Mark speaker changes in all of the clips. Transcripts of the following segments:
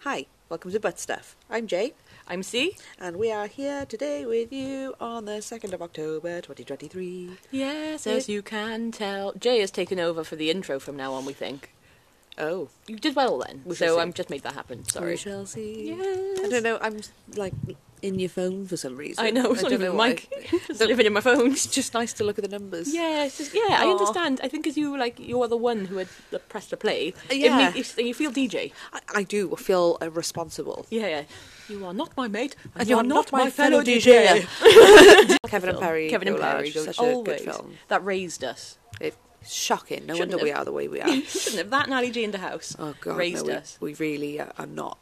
Speaker 1: Hi, welcome to Butt Stuff. I'm Jay,
Speaker 2: I'm C.
Speaker 1: and we are here today with you on the 2nd of October 2023.
Speaker 2: Yes, as you can tell, Jay has taken over for the intro from now on. We think
Speaker 1: Oh,
Speaker 2: you did well then,
Speaker 1: We shall
Speaker 2: so
Speaker 1: see.
Speaker 2: I'm just made that happen.
Speaker 1: we
Speaker 2: Sorry.
Speaker 1: shall see.
Speaker 2: Yes.
Speaker 1: I don't know, I'm like in your phone for some reason.
Speaker 2: I know. It's
Speaker 1: I
Speaker 2: not
Speaker 1: don't
Speaker 2: even
Speaker 1: know why.
Speaker 2: Mike. It's living in my phone.
Speaker 1: It's just nice to look at the numbers.
Speaker 2: Yeah, it's just, yeah. I
Speaker 1: Aw.
Speaker 2: understand. I think as you like, you are the one who had the- pressed the play. It
Speaker 1: Yeah.
Speaker 2: me- it's- you feel DJ.
Speaker 1: I, I do feel uh, responsible.
Speaker 2: Yeah, yeah. You are not my mate, and,
Speaker 1: And
Speaker 2: you
Speaker 1: you
Speaker 2: are
Speaker 1: are
Speaker 2: not,
Speaker 1: not my
Speaker 2: my fellow,
Speaker 1: fellow
Speaker 2: DJ.
Speaker 1: DJ. Kevin and
Speaker 2: Film.
Speaker 1: Perry.
Speaker 2: Kevin and
Speaker 1: Go Large,
Speaker 2: Perry.
Speaker 1: Such a
Speaker 2: always.
Speaker 1: good film.
Speaker 2: That raised us.
Speaker 1: It's shocking. No
Speaker 2: Shouldn't
Speaker 1: wonder we
Speaker 2: have.
Speaker 1: are the way we are.
Speaker 2: Shouldn't have that and Ali G in the house.
Speaker 1: Oh, God.
Speaker 2: raised
Speaker 1: no,
Speaker 2: us.
Speaker 1: We, we really uh, are not.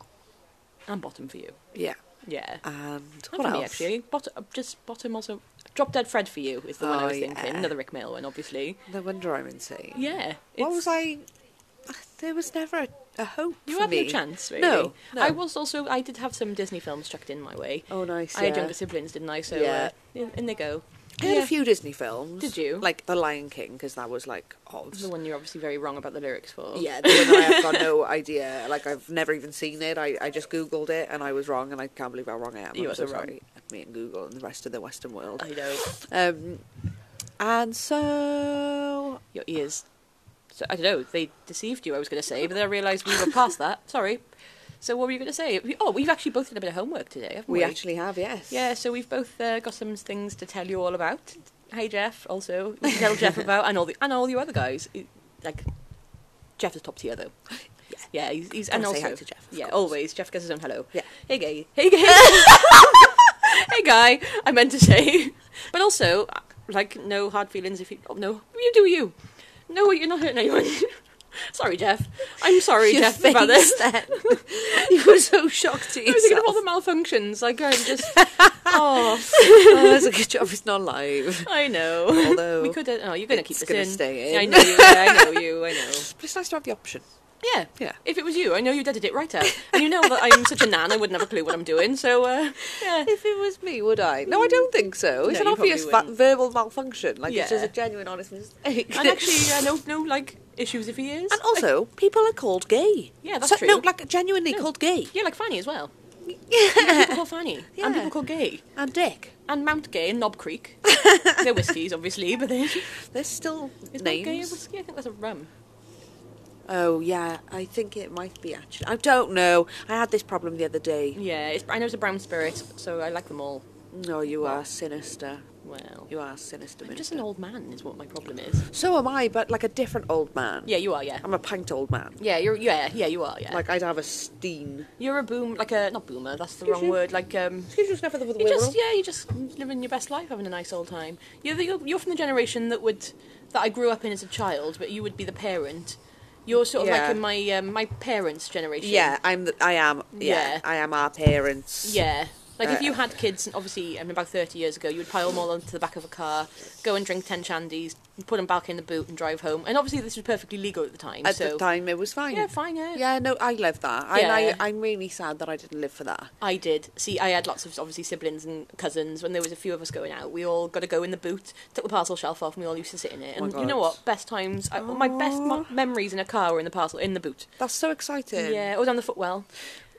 Speaker 2: And bottom for you.
Speaker 1: Yeah.
Speaker 2: Yeah.
Speaker 1: And
Speaker 2: Not
Speaker 1: what
Speaker 2: for me,
Speaker 1: else?
Speaker 2: actually. Bottom, just bottom also. Drop Dead Fred for you is the one I
Speaker 1: Oh,
Speaker 2: was
Speaker 1: yeah.
Speaker 2: thinking. Another Rick Mail one, obviously.
Speaker 1: No wonder I'm insane.
Speaker 2: Yeah.
Speaker 1: What
Speaker 2: it's-
Speaker 1: was I? uh, There was never a, a hope.
Speaker 2: You
Speaker 1: for
Speaker 2: had
Speaker 1: me.
Speaker 2: no chance, really.
Speaker 1: No, no.
Speaker 2: I was also. I did have some Disney films chucked in my way.
Speaker 1: Oh, nice.
Speaker 2: I had
Speaker 1: yeah.
Speaker 2: younger siblings, didn't I? So
Speaker 1: Yeah.
Speaker 2: uh, in, in they go.
Speaker 1: I had
Speaker 2: Yeah.
Speaker 1: a few Disney films.
Speaker 2: Did you?
Speaker 1: Like The Lion King, because that was like Oz.
Speaker 2: The one you're obviously very wrong about the lyrics for.
Speaker 1: yeah, the one I have got no idea. Like I've never even seen it. I, I just googled it and I was wrong, and I can't believe how wrong I am.
Speaker 2: You
Speaker 1: I'm
Speaker 2: are
Speaker 1: so
Speaker 2: so wrong.
Speaker 1: sorry. Me and Google and the rest of the Western world.
Speaker 2: I know.
Speaker 1: Um, and so
Speaker 2: Your ears. So I don't know. They deceived you. I was going to say, but then I realised we were past that. Sorry. So what were you going to say? We- Oh, we've actually both done a bit of homework today, haven't we?
Speaker 1: we actually have yes.
Speaker 2: Yeah, so we've both uh, got some things to tell you all about. Hey, Jeff. Also, we can tell Jeff about and all the and all you other guys. It- Like, Jeff is top tier though.
Speaker 1: Yeah.
Speaker 2: Yeah, he's, he's and
Speaker 1: Gotta
Speaker 2: also
Speaker 1: say hi to Jeff, of
Speaker 2: yeah,
Speaker 1: course.
Speaker 2: always Jeff gets his own hello.
Speaker 1: Yeah.
Speaker 2: Hey, gay. Hey, gay. hey, guy. I meant to say, but also like no hard feelings if you oh, no you do you. No, you're not hurting anyone. sorry, Jeff. I'm sorry,
Speaker 1: Your
Speaker 2: Jeff, about this.
Speaker 1: face then. you were so shocked at
Speaker 2: I was "Oh, thinking of all
Speaker 1: yourself.
Speaker 2: the malfunctions. Like I'm just oh.
Speaker 1: oh, it's a good job it's not live.
Speaker 2: I know.
Speaker 1: Although,
Speaker 2: we could. Uh, oh, you're going to keep
Speaker 1: it's
Speaker 2: this
Speaker 1: gonna
Speaker 2: in.
Speaker 1: stay
Speaker 2: Yeah, I
Speaker 1: in.
Speaker 2: know you. Yeah, I know you. I know.
Speaker 1: But it's nice to have the option.
Speaker 2: Yeah.
Speaker 1: Yeah.
Speaker 2: If it was you, I know you'd edit it right out. And you know that I'm such a nan, I wouldn't have a clue what I'm doing. So, uh, yeah.
Speaker 1: If it was me, would I? No, I don't think so. It's
Speaker 2: Mm.
Speaker 1: an
Speaker 2: No, you probably
Speaker 1: obvious va-
Speaker 2: wouldn't.
Speaker 1: verbal malfunction. Like it's
Speaker 2: Yeah.
Speaker 1: just a genuine, honest mistake.
Speaker 2: And actually, uh, no, no, like issues if he is.
Speaker 1: and also, people are called gay.
Speaker 2: Yeah, that's
Speaker 1: so, No,
Speaker 2: true.
Speaker 1: like genuinely
Speaker 2: No.
Speaker 1: called gay.
Speaker 2: yeah, like Fanny as well. People
Speaker 1: Yeah,
Speaker 2: call Fanny,
Speaker 1: Yeah.
Speaker 2: and people call Gay,
Speaker 1: and Dick.
Speaker 2: and Mount Gay and Knob Creek. they're whiskies, obviously, but they're
Speaker 1: There's still
Speaker 2: is Knob Gay a
Speaker 1: names.
Speaker 2: whiskey? I think that's a rum.
Speaker 1: Oh yeah, I think it might be actually. I don't know. I had this problem the other day.
Speaker 2: Yeah, it's, I know it's a brown spirit, so I like them all.
Speaker 1: No, you are sinister.
Speaker 2: Well,
Speaker 1: You are sinister.
Speaker 2: I'm just
Speaker 1: minister.
Speaker 2: an old man, is what my problem is.
Speaker 1: So am I, but like a different old man.
Speaker 2: Yeah, you are. Yeah,
Speaker 1: I'm a pint old man.
Speaker 2: yeah, you're. Yeah, yeah, you are. Yeah,
Speaker 1: Like I'd have a steen.
Speaker 2: You're a boom, like a not boomer. That's the
Speaker 1: Excuse
Speaker 2: wrong
Speaker 1: you?
Speaker 2: word. Like um,
Speaker 1: Excuse us, never the
Speaker 2: you just yeah, you just living your best life, having a nice old time. You're the, you're, you're from the generation that would that I grew up in as a child, but you would be the parent. You're sort of
Speaker 1: Yeah.
Speaker 2: like in my um, my parents' generation.
Speaker 1: Yeah, I'm. The, I am. Yeah,
Speaker 2: Yeah.
Speaker 1: I am our parents.
Speaker 2: Yeah. Like if
Speaker 1: Uh,
Speaker 2: you had kids, and obviously, I mean, about thirty years ago, you would pile them all onto the back of a car, go and drink ten shandies, put them back in the boot, and drive home. And obviously, this was perfectly legal at the time.
Speaker 1: At
Speaker 2: so
Speaker 1: the time, it was fine.
Speaker 2: yeah, fine, yeah.
Speaker 1: Yeah, no, I love that.
Speaker 2: Yeah.
Speaker 1: And I, I'm really sad that I didn't live for that.
Speaker 2: I did. See, I had lots of obviously siblings and cousins. When there was a few of us going out, we all got to go in the boot, took the parcel shelf off, and we all used to sit in it.
Speaker 1: Oh my
Speaker 2: And you
Speaker 1: God.
Speaker 2: know what? Best times, I, my best mo- memories in a car were in the parcel, in the boot.
Speaker 1: That's so exciting.
Speaker 2: Yeah, or down the footwell.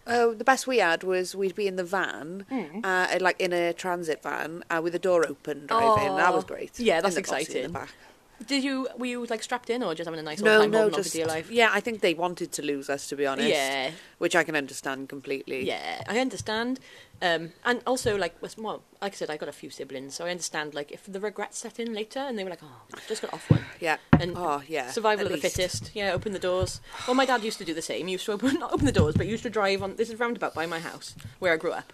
Speaker 1: Oh, the best we had was we'd be in the van,
Speaker 2: Mm.
Speaker 1: uh, like in a transit van, uh, with the door open driving. That
Speaker 2: Aw.
Speaker 1: was great.
Speaker 2: Oh, Yeah, that's
Speaker 1: In the- obviously In the
Speaker 2: exciting.
Speaker 1: back.
Speaker 2: Did you? Were you like strapped in, or just having a nice
Speaker 1: No,
Speaker 2: old time
Speaker 1: no,
Speaker 2: holding on
Speaker 1: just
Speaker 2: for dear life?
Speaker 1: yeah. I think they wanted to lose us, to be honest.
Speaker 2: Yeah.
Speaker 1: which I can understand completely.
Speaker 2: Yeah, I understand. Um, and also, like, with- well, like I said, I got a few siblings, so I understand. Like, if the regrets set in later, and they were like, "Oh, I just got off one."
Speaker 1: yeah.
Speaker 2: and
Speaker 1: oh yeah,
Speaker 2: survival
Speaker 1: at
Speaker 2: of the
Speaker 1: least.
Speaker 2: fittest. Yeah, open the doors. Well, my dad used to do the same. He used to open not open the doors, but he used to drive on. This is roundabout by my house where I grew up,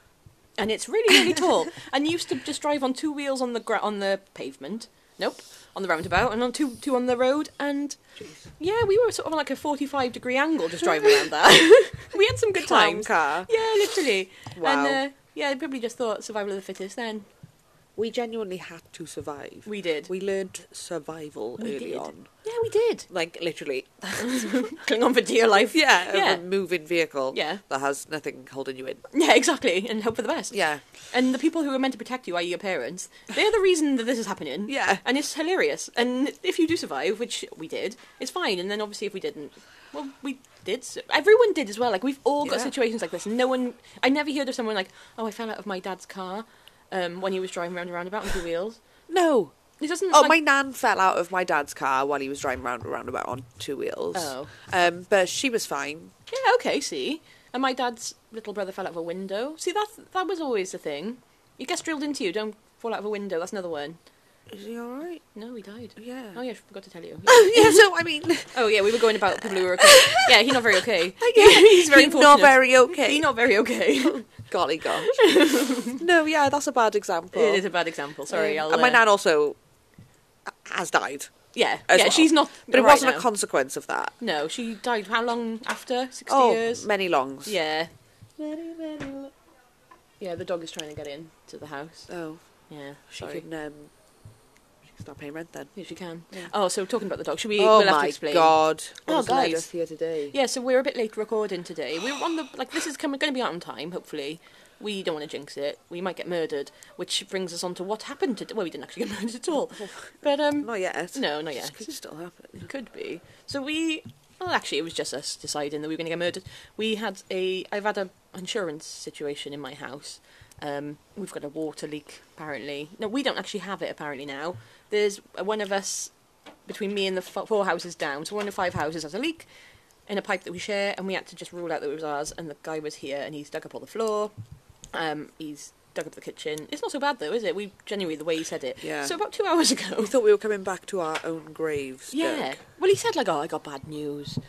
Speaker 2: and it's really really tall. And he used to just drive on two wheels on the gra- on the pavement. Nope, on the roundabout, and on two two on the road. And
Speaker 1: Jeez.
Speaker 2: yeah, we were sort of on like a forty five degree angle just driving around that. we had some good
Speaker 1: Clown
Speaker 2: times.
Speaker 1: car.
Speaker 2: Yeah, literally.
Speaker 1: Wow.
Speaker 2: And, uh, yeah, they probably just thought survival of the fittest. Then
Speaker 1: We genuinely had to survive.
Speaker 2: we did.
Speaker 1: We learned survival
Speaker 2: We
Speaker 1: early
Speaker 2: did.
Speaker 1: on.
Speaker 2: yeah, we did.
Speaker 1: Like literally,
Speaker 2: Cling on for dear life.
Speaker 1: yeah, of
Speaker 2: Yeah.
Speaker 1: a moving vehicle
Speaker 2: Yeah.
Speaker 1: that has nothing holding you in.
Speaker 2: Yeah, exactly. And hope for the best.
Speaker 1: Yeah,
Speaker 2: And the people who are meant to protect you, i.e., your parents, they're the reason that this is happening.
Speaker 1: Yeah.
Speaker 2: And it's hilarious. And if you do survive, which we did, it's fine. And then obviously, if we didn't, well, we did. So everyone did as well. Like we've all got
Speaker 1: Yeah.
Speaker 2: situations like this. No one. I never heard of someone like, oh, I fell out of my dad's car um, when he was driving around a roundabout on two wheels.
Speaker 1: No.
Speaker 2: It doesn't.
Speaker 1: Oh,
Speaker 2: like-
Speaker 1: my nan fell out of my dad's car while he was driving round a roundabout on two wheels.
Speaker 2: Oh.
Speaker 1: Um, but she was fine.
Speaker 2: Yeah, okay, see. And my dad's little brother fell out of a window. See, that's, that was always the thing. It gets drilled into you, don't fall out of a window. That's another one.
Speaker 1: Is he all right?
Speaker 2: No, he died.
Speaker 1: Yeah.
Speaker 2: Oh, yeah, I forgot to tell you.
Speaker 1: yeah, so I mean,
Speaker 2: oh, yeah, we were going about people who were okay. Yeah, he's not very okay.
Speaker 1: he's
Speaker 2: very
Speaker 1: not
Speaker 2: fortunate.
Speaker 1: very okay.
Speaker 2: He's not very okay.
Speaker 1: Golly gosh. no, yeah, that's a bad example.
Speaker 2: it is a bad example. Sorry,
Speaker 1: Um,
Speaker 2: I'll.
Speaker 1: and my
Speaker 2: uh,
Speaker 1: nan also has died,
Speaker 2: Yeah, yeah,
Speaker 1: as well.
Speaker 2: she's not.
Speaker 1: but it
Speaker 2: right
Speaker 1: wasn't
Speaker 2: now.
Speaker 1: a consequence of that.
Speaker 2: No, she died how long after? 60
Speaker 1: oh,
Speaker 2: years?
Speaker 1: many longs.
Speaker 2: Yeah. Very, very lo- Yeah, the dog is trying to get in to the house.
Speaker 1: Oh,
Speaker 2: Yeah,
Speaker 1: she
Speaker 2: sorry.
Speaker 1: can. Um, she can start paying rent then.
Speaker 2: Yes, you can. Oh, so talking about the dog, should we?
Speaker 1: oh
Speaker 2: we'll have to
Speaker 1: my
Speaker 2: explain.
Speaker 1: god!
Speaker 2: Oh,
Speaker 1: What's led
Speaker 2: guys.
Speaker 1: us here today.
Speaker 2: Yeah, so we're a bit late recording today. We're on the like this is coming going to be out on time. Hopefully, we don't want to jinx it. We might get murdered, which brings us on to what happened today. Well, we didn't actually get murdered at all, but um,
Speaker 1: Not yet.
Speaker 2: No, not
Speaker 1: This
Speaker 2: yet.
Speaker 1: Could still happen.
Speaker 2: it could be. So we. Well, actually, it was just us deciding that we were going to get murdered. We had a. I've had a insurance situation in my house. Um, we've got a water leak apparently. No, we don't actually have it apparently now. There's uh, one of us between me and the f- four houses down. So one of five houses has a leak in a pipe that we share, and we had to just rule out that it was ours. And the guy was here, and he's dug up all the floor. Um, he's dug up the kitchen. It's not so bad though, is it? We genuinely the way he said it.
Speaker 1: Yeah.
Speaker 2: So about two hours ago,
Speaker 1: We thought we were coming back to our own graves.
Speaker 2: yeah.
Speaker 1: Dirk.
Speaker 2: Well, he said like, "Oh, I got bad news,"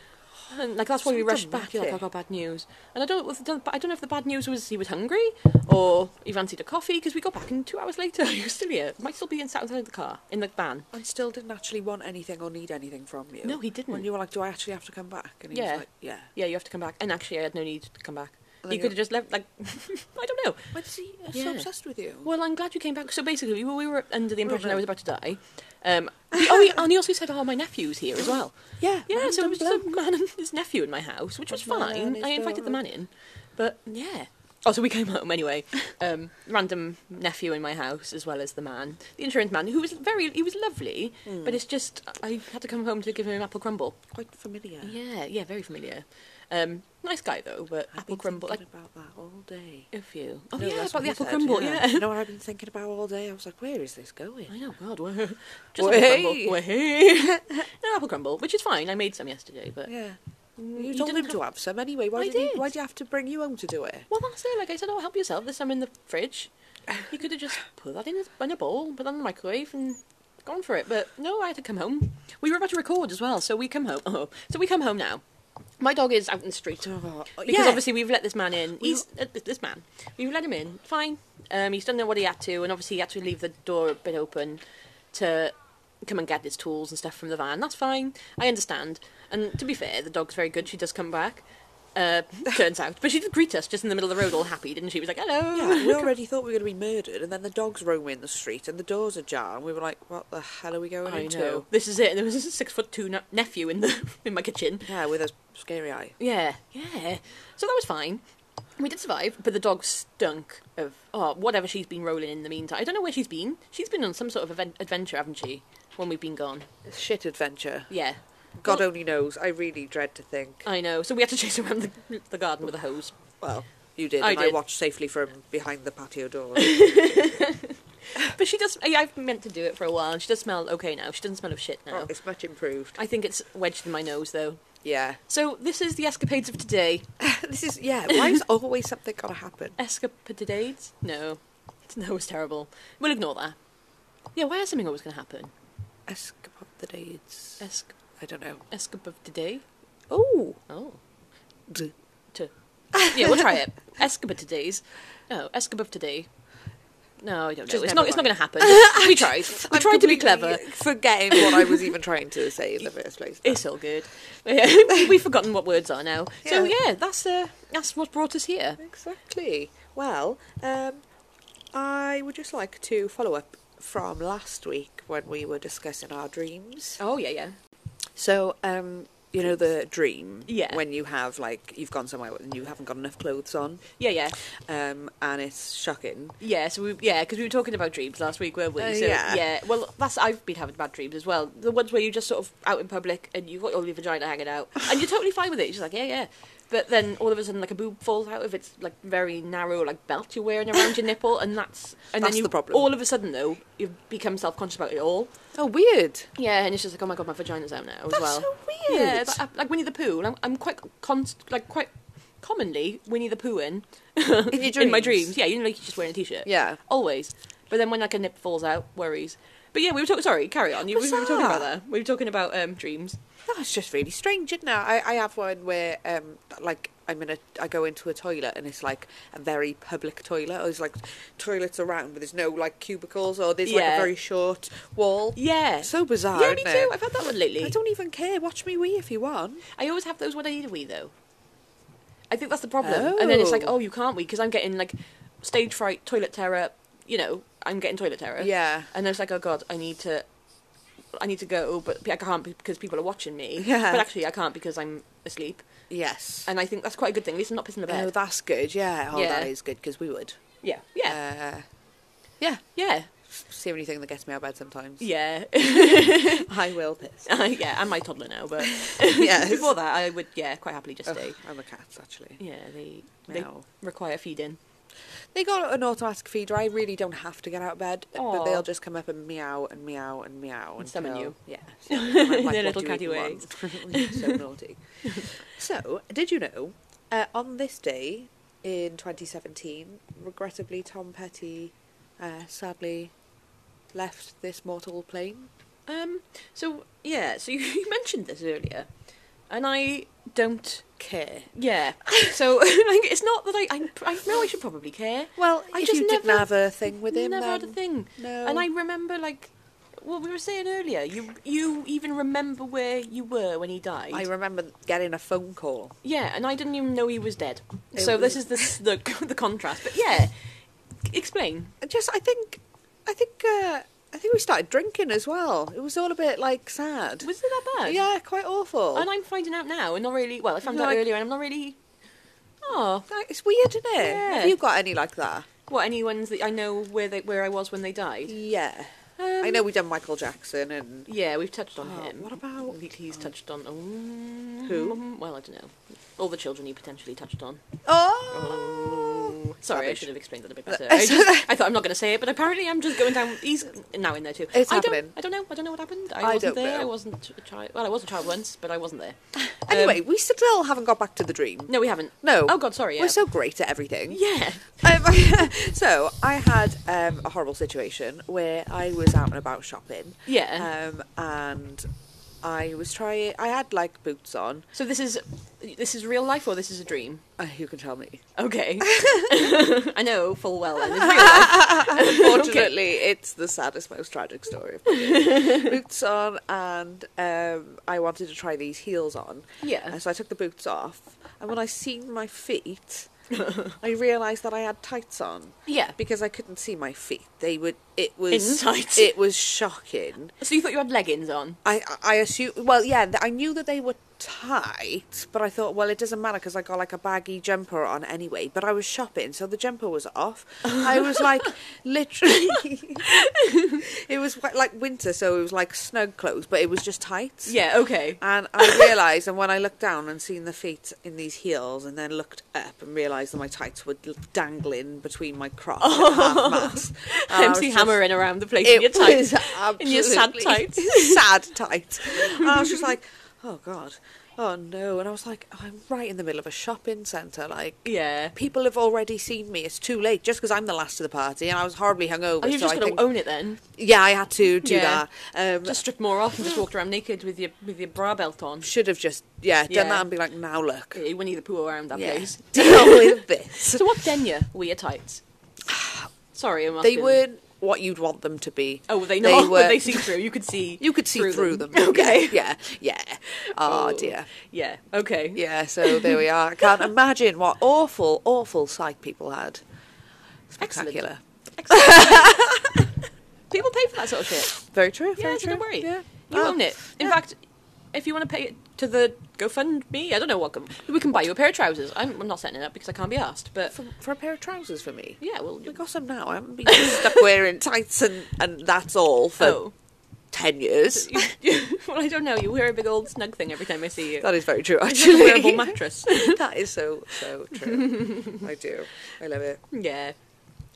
Speaker 2: and like that's why we
Speaker 1: So
Speaker 2: rushed back. You're like, "I
Speaker 1: dramatic.
Speaker 2: got bad news," and I don't, I don't know if the bad news was he was hungry or he fancied a coffee because we got back and two hours later he was still here. Might still be in sat outside the car in the van.
Speaker 1: And still didn't actually want anything or need anything from you.
Speaker 2: No, he didn't.
Speaker 1: When you were like, "Do I actually have to come back?" And he
Speaker 2: Yeah.
Speaker 1: was like, "Yeah."
Speaker 2: Yeah, you have to come back. And actually, I had no need to come back.
Speaker 1: Well,
Speaker 2: He
Speaker 1: you-
Speaker 2: could have just left. Like, I don't know.
Speaker 1: Why is he
Speaker 2: Yeah.
Speaker 1: so obsessed with you?
Speaker 2: Well, I'm glad you came back. So basically, we were, we were under the impression
Speaker 1: were.
Speaker 2: I was about to die. Um, we- oh, he, and he also said, "Oh, my nephew's here as well."
Speaker 1: Yeah,
Speaker 2: Yeah, so it
Speaker 1: random
Speaker 2: was just a
Speaker 1: bloke.
Speaker 2: man and his nephew in my house, which was
Speaker 1: Man and
Speaker 2: fine.
Speaker 1: his
Speaker 2: I invited
Speaker 1: dog.
Speaker 2: the man in, but yeah. Oh, so we came home anyway. Um, random nephew in my house, as well as the man, the insurance man, who was very, he was lovely, but it's just I had to come home to give him an apple crumble.
Speaker 1: quite familiar.
Speaker 2: Yeah, yeah, very familiar. Um, nice guy though, but
Speaker 1: I've
Speaker 2: apple
Speaker 1: been
Speaker 2: crumble, like
Speaker 1: thinking about that all day.
Speaker 2: a few. Oh
Speaker 1: No,
Speaker 2: yeah,
Speaker 1: that's what
Speaker 2: about the
Speaker 1: he
Speaker 2: apple
Speaker 1: said,
Speaker 2: crumble. Yeah.
Speaker 1: You know what I've been thinking about all day? I was like, where is this going?
Speaker 2: I know, God, wah- just
Speaker 1: Wahey.
Speaker 2: apple crumble, Wahey. no apple crumble, which is fine. I made some yesterday, but
Speaker 1: Yeah.
Speaker 2: mm,
Speaker 1: You,
Speaker 2: he
Speaker 1: told
Speaker 2: didn't
Speaker 1: him to have some anyway. Why
Speaker 2: I
Speaker 1: did,
Speaker 2: did.
Speaker 1: He, why do you have to bring you home to do it?
Speaker 2: Well, that's it. Like I said, oh, help yourself. There's some in the fridge. You could have just put that in a, in a bowl, put that in the microwave, and gone for it. But no, I had to come home. We were about to record as well, so we come home. Oh, so we come home now. My dog is out in the street because
Speaker 1: Uh, Yeah.
Speaker 2: obviously we've let this man in. He's uh, th- this man. We've let him in. Fine. Um, he's done what he had to, and obviously he had to leave the door a bit open to come and get his tools and stuff from the van. That's fine. I understand. And to be fair, the dog's very good. She does come back. Uh, turns out, but she did greet us just in the middle of the road, all happy, didn't she? She Was like, "Hello."
Speaker 1: Yeah, we already thought we were going to be murdered, and then the dogs roaming the street, and the doors ajar, and we were like, "What the hell are we going
Speaker 2: I
Speaker 1: into?"
Speaker 2: know. This is it. There was a six foot two ne- nephew in the in my kitchen.
Speaker 1: Yeah, with a scary eye.
Speaker 2: Yeah, yeah. So that was fine. We did survive, but the dog stunk of oh whatever she's been rolling in the meantime. I don't know where she's been. She's been on some sort of aven- adventure, haven't she? When we've been gone.
Speaker 1: Shit adventure.
Speaker 2: Yeah.
Speaker 1: God
Speaker 2: Well-
Speaker 1: only knows. I really dread to think.
Speaker 2: I know. So we had to chase her around the, the garden with a hose.
Speaker 1: Well, you did,
Speaker 2: I
Speaker 1: and I
Speaker 2: did.
Speaker 1: watched safely from behind the patio door. Oh,
Speaker 2: But she does. I, I've meant to do it for a while, and she does smell okay now. She doesn't smell of shit now.
Speaker 1: Oh, it's much improved.
Speaker 2: I think it's wedged in my nose though.
Speaker 1: Yeah.
Speaker 2: So this is the escapades of today.
Speaker 1: This is yeah. Why is always something gonna happen?
Speaker 2: Escapades? No, no, it's terrible. We'll ignore that. Yeah, why is something always going to happen?
Speaker 1: Escapade the days.
Speaker 2: Esca-
Speaker 1: I don't know.
Speaker 2: escape of today.
Speaker 1: Oh.
Speaker 2: Oh.
Speaker 1: D-
Speaker 2: To. Yeah, we'll try it. Escobar today's. No, Escobar today. No, I don't know.
Speaker 1: Just
Speaker 2: it's
Speaker 1: never
Speaker 2: not. It's not
Speaker 1: mind.
Speaker 2: going to happen. we tried. We
Speaker 1: I'm
Speaker 2: tried to
Speaker 1: completely
Speaker 2: be clever.
Speaker 1: Forgetting what I was even trying to say in the first place.
Speaker 2: It's all good. We've forgotten what words are now. So
Speaker 1: Yeah.
Speaker 2: yeah, that's uh, that's what brought us here.
Speaker 1: Exactly. Well, um, I would just like to follow up from last week when we were discussing our dreams.
Speaker 2: Oh yeah, yeah.
Speaker 1: So, um, you know the dream
Speaker 2: Yeah.
Speaker 1: when you have like you've gone somewhere and you haven't got enough clothes on
Speaker 2: Yeah, yeah,
Speaker 1: um, and it's shocking
Speaker 2: yeah. So we, yeah, because we were talking about dreams last week, weren't we?
Speaker 1: Uh,
Speaker 2: so,
Speaker 1: yeah.
Speaker 2: Well, that's I've been having bad dreams as well. The ones where you're just sort of out in public and you've got all your vagina hanging out, and you're totally fine with it. You're just like, yeah, yeah. But then all of a sudden, like a boob falls out of its like very narrow like belt you're wearing around your nipple, and that's and
Speaker 1: That's
Speaker 2: then you
Speaker 1: the problem.
Speaker 2: all of a sudden though you become self conscious about it all.
Speaker 1: oh weird
Speaker 2: Yeah, and it's just like, oh my god, my vagina's out now as
Speaker 1: That's
Speaker 2: well.
Speaker 1: so weird.
Speaker 2: Yeah, it's like, like Winnie the Pooh. and I'm, I'm quite const- like quite commonly Winnie the Pooh in
Speaker 1: in your dreams
Speaker 2: in my dreams. Yeah, you know, like you're just wearing a t-shirt.
Speaker 1: yeah
Speaker 2: always. But then when like a nip falls out, worries. But yeah, we were talking. Sorry, carry on. You, we were talking about that. We were talking about um, dreams.
Speaker 1: That's Oh, just really strange, isn't it? I, I have one where, um, like, I'm in a, I go into a toilet and it's like a very public toilet. Or there's like toilets around, but there's no like cubicles or there's like
Speaker 2: Yeah.
Speaker 1: a very short wall.
Speaker 2: Yeah.
Speaker 1: So bizarre.
Speaker 2: yeah, me
Speaker 1: isn't
Speaker 2: too.
Speaker 1: it?
Speaker 2: I've had that one lately.
Speaker 1: I
Speaker 2: I,
Speaker 1: don't even care. Watch me wee if you want.
Speaker 2: always have those when I need a wee though. I think that's the problem. And then it's like,
Speaker 1: Oh.
Speaker 2: oh, you can't wee because I'm getting like stage fright, toilet terror. You know, I'm getting toilet terror.
Speaker 1: Yeah.
Speaker 2: And then it's like, oh god, I need to, I need to go, but I can't because people are watching me.
Speaker 1: Yeah.
Speaker 2: But actually, I can't because I'm asleep.
Speaker 1: Yes.
Speaker 2: And I think that's quite a good thing. At least I'm not pissing the bed.
Speaker 1: oh, that's good. Yeah. Oh,
Speaker 2: Yeah.
Speaker 1: that is good because we would.
Speaker 2: yeah. Yeah.
Speaker 1: Uh, yeah.
Speaker 2: yeah.
Speaker 1: It's the only thing that gets me out of bed sometimes.
Speaker 2: Yeah.
Speaker 1: I will piss.
Speaker 2: yeah, I'm my toddler now, but
Speaker 1: Yes.
Speaker 2: before that, I would yeah quite happily just
Speaker 1: Ugh,
Speaker 2: stay.
Speaker 1: I'm a cat, actually.
Speaker 2: Yeah, they they
Speaker 1: Meow.
Speaker 2: require feeding.
Speaker 1: They got an automatic feeder. I really don't have to get out of bed,
Speaker 2: Aw.
Speaker 1: but they'll just come up and meow and meow and meow and
Speaker 2: summon you.
Speaker 1: Yeah, summon you. And I'm
Speaker 2: Their
Speaker 1: "What do
Speaker 2: little
Speaker 1: you
Speaker 2: catty
Speaker 1: even
Speaker 2: ways."
Speaker 1: want?" You're so naughty. So, did you know, uh, on this day in 2017, regrettably, Tom Petty uh, sadly left this mortal plane.
Speaker 2: Um. So yeah, so you, you mentioned this earlier, and I don't.
Speaker 1: Care.
Speaker 2: Yeah. So like, it's not that I, I I know I should probably care.
Speaker 1: Well,
Speaker 2: I
Speaker 1: if
Speaker 2: just
Speaker 1: you
Speaker 2: never-
Speaker 1: didn't have a thing with him,
Speaker 2: Never
Speaker 1: then oh.
Speaker 2: had a thing.
Speaker 1: no.
Speaker 2: And I remember like what we were saying earlier. You you even remember where you were when he died.
Speaker 1: I remember getting a phone call.
Speaker 2: Yeah, and I didn't even know he was dead.
Speaker 1: It
Speaker 2: so this
Speaker 1: was-
Speaker 2: is the, the the contrast. But yeah, explain.
Speaker 1: just I think I think uh, I think we started drinking as well. It was all a bit like sad.
Speaker 2: Was it that bad?
Speaker 1: Yeah, quite awful.
Speaker 2: And I'm finding out now, and not really. Well, I found out
Speaker 1: Like-
Speaker 2: earlier, and I'm not really. Oh,
Speaker 1: Like, it's weird, isn't it?
Speaker 2: Yeah.
Speaker 1: Have you got any like that?
Speaker 2: what? Any ones that I know where they where I was when they died?
Speaker 1: Yeah.
Speaker 2: Um,
Speaker 1: I know we've done Michael Jackson and
Speaker 2: Yeah, we've touched on
Speaker 1: Oh,
Speaker 2: him.
Speaker 1: what about-
Speaker 2: He- he's touched on? Oh,
Speaker 1: Who?
Speaker 2: Well, I don't know. All the children he potentially touched on.
Speaker 1: oh,
Speaker 2: Sorry, I
Speaker 1: Rubbish.
Speaker 2: should have explained that a bit better.
Speaker 1: Uh,
Speaker 2: I, just, I thought I'm not going to say it, but apparently I'm just going down. He's now in there too.
Speaker 1: It's
Speaker 2: I Don't,
Speaker 1: happening.
Speaker 2: I don't know. I don't know what happened. I,
Speaker 1: I
Speaker 2: wasn't
Speaker 1: don't
Speaker 2: there.
Speaker 1: know.
Speaker 2: I wasn't a child. Well, I was a child once, but I wasn't there.
Speaker 1: Anyway,
Speaker 2: Um,
Speaker 1: we still haven't got back to the dream.
Speaker 2: no, we haven't.
Speaker 1: No.
Speaker 2: Oh God, sorry. Yeah.
Speaker 1: We're so great at everything.
Speaker 2: yeah.
Speaker 1: Um, so I had um, a horrible situation where I was out and about shopping.
Speaker 2: Yeah.
Speaker 1: Um, and I was trying. I had like boots on.
Speaker 2: So this is this is real life or this is a dream?
Speaker 1: Uh, who can tell me?
Speaker 2: Okay. I know full well then. It's real life.
Speaker 1: Unfortunately, it's the saddest, most tragic story. Of my life. boots on, and um, I wanted to try these heels on.
Speaker 2: Yeah.
Speaker 1: And so I took the boots off, and when I seen my feet, I realised that I had tights on
Speaker 2: Yeah.
Speaker 1: because I couldn't see my feet. They would. It was.
Speaker 2: In tights.
Speaker 1: It was shocking.
Speaker 2: So you thought you had leggings on?
Speaker 1: I I assume. Well, yeah, th- I knew that they were tight, but I thought, well, it doesn't matter because I got like a baggy jumper on anyway. But I was shopping, so the jumper was off. I was like, literally, it was wi- like winter, so it was like snug clothes, but it was just tight.
Speaker 2: Yeah. Okay.
Speaker 1: And I realised, and when I looked down and seen the feet in these heels, and then looked up and realised that my tights were l- dangling between my crotch and half mast. And I was
Speaker 2: MC
Speaker 1: just-
Speaker 2: hammering around the place in your tights. in your sad
Speaker 1: absolutely
Speaker 2: tights.
Speaker 1: sad tights. And I was just like, oh god, oh no. And I was like, I'm right in the middle of a shopping centre. Like,
Speaker 2: Yeah.
Speaker 1: people have already seen me. It's too late just because I'm the last of the party, and I was horribly hungover.
Speaker 2: Oh, you've
Speaker 1: so
Speaker 2: just
Speaker 1: I
Speaker 2: got to
Speaker 1: think,
Speaker 2: own it then.
Speaker 1: yeah, I had to do
Speaker 2: Yeah.
Speaker 1: that. Um,
Speaker 2: Just strip more off and just walked around naked with your with your bra belt on.
Speaker 1: should have just yeah done
Speaker 2: Yeah.
Speaker 1: that and be like, now look,
Speaker 2: Yeah, Winnie the Pooh around that
Speaker 1: yeah,
Speaker 2: place.
Speaker 1: deal with this.
Speaker 2: So what denya were your tights? Sorry, I'm
Speaker 1: They
Speaker 2: asking.
Speaker 1: weren't what you'd want them to be.
Speaker 2: Oh, were they
Speaker 1: They
Speaker 2: not? Were
Speaker 1: were-
Speaker 2: they see through? You could see.
Speaker 1: You could see through, them.
Speaker 2: Okay.
Speaker 1: Yeah, yeah. Oh, dear.
Speaker 2: Yeah. Okay.
Speaker 1: Yeah, so there we are. I can't imagine what awful, awful sight people had. Spectacular.
Speaker 2: People pay for that sort of shit.
Speaker 1: Very true.
Speaker 2: Yeah,
Speaker 1: very
Speaker 2: so
Speaker 1: true.
Speaker 2: don't worry.
Speaker 1: Yeah.
Speaker 2: You
Speaker 1: Oh,
Speaker 2: own it. In
Speaker 1: yeah.
Speaker 2: fact, if you want to pay to the GoFundMe. I don't know what can, we can buy you a pair of trousers. I'm, I'm not setting it up because I can't be asked. But
Speaker 1: For, for a pair of trousers for me.
Speaker 2: yeah, well,
Speaker 1: I got some now. I haven't been stuck wearing tights and, and that's all for
Speaker 2: oh,
Speaker 1: 10 years.
Speaker 2: you, you- well, I don't know. You wear a big old snug thing every time I see you.
Speaker 1: That is very true,
Speaker 2: It's like a
Speaker 1: actually.
Speaker 2: wearable mattress.
Speaker 1: that is so, so true. I do. I love it.
Speaker 2: yeah.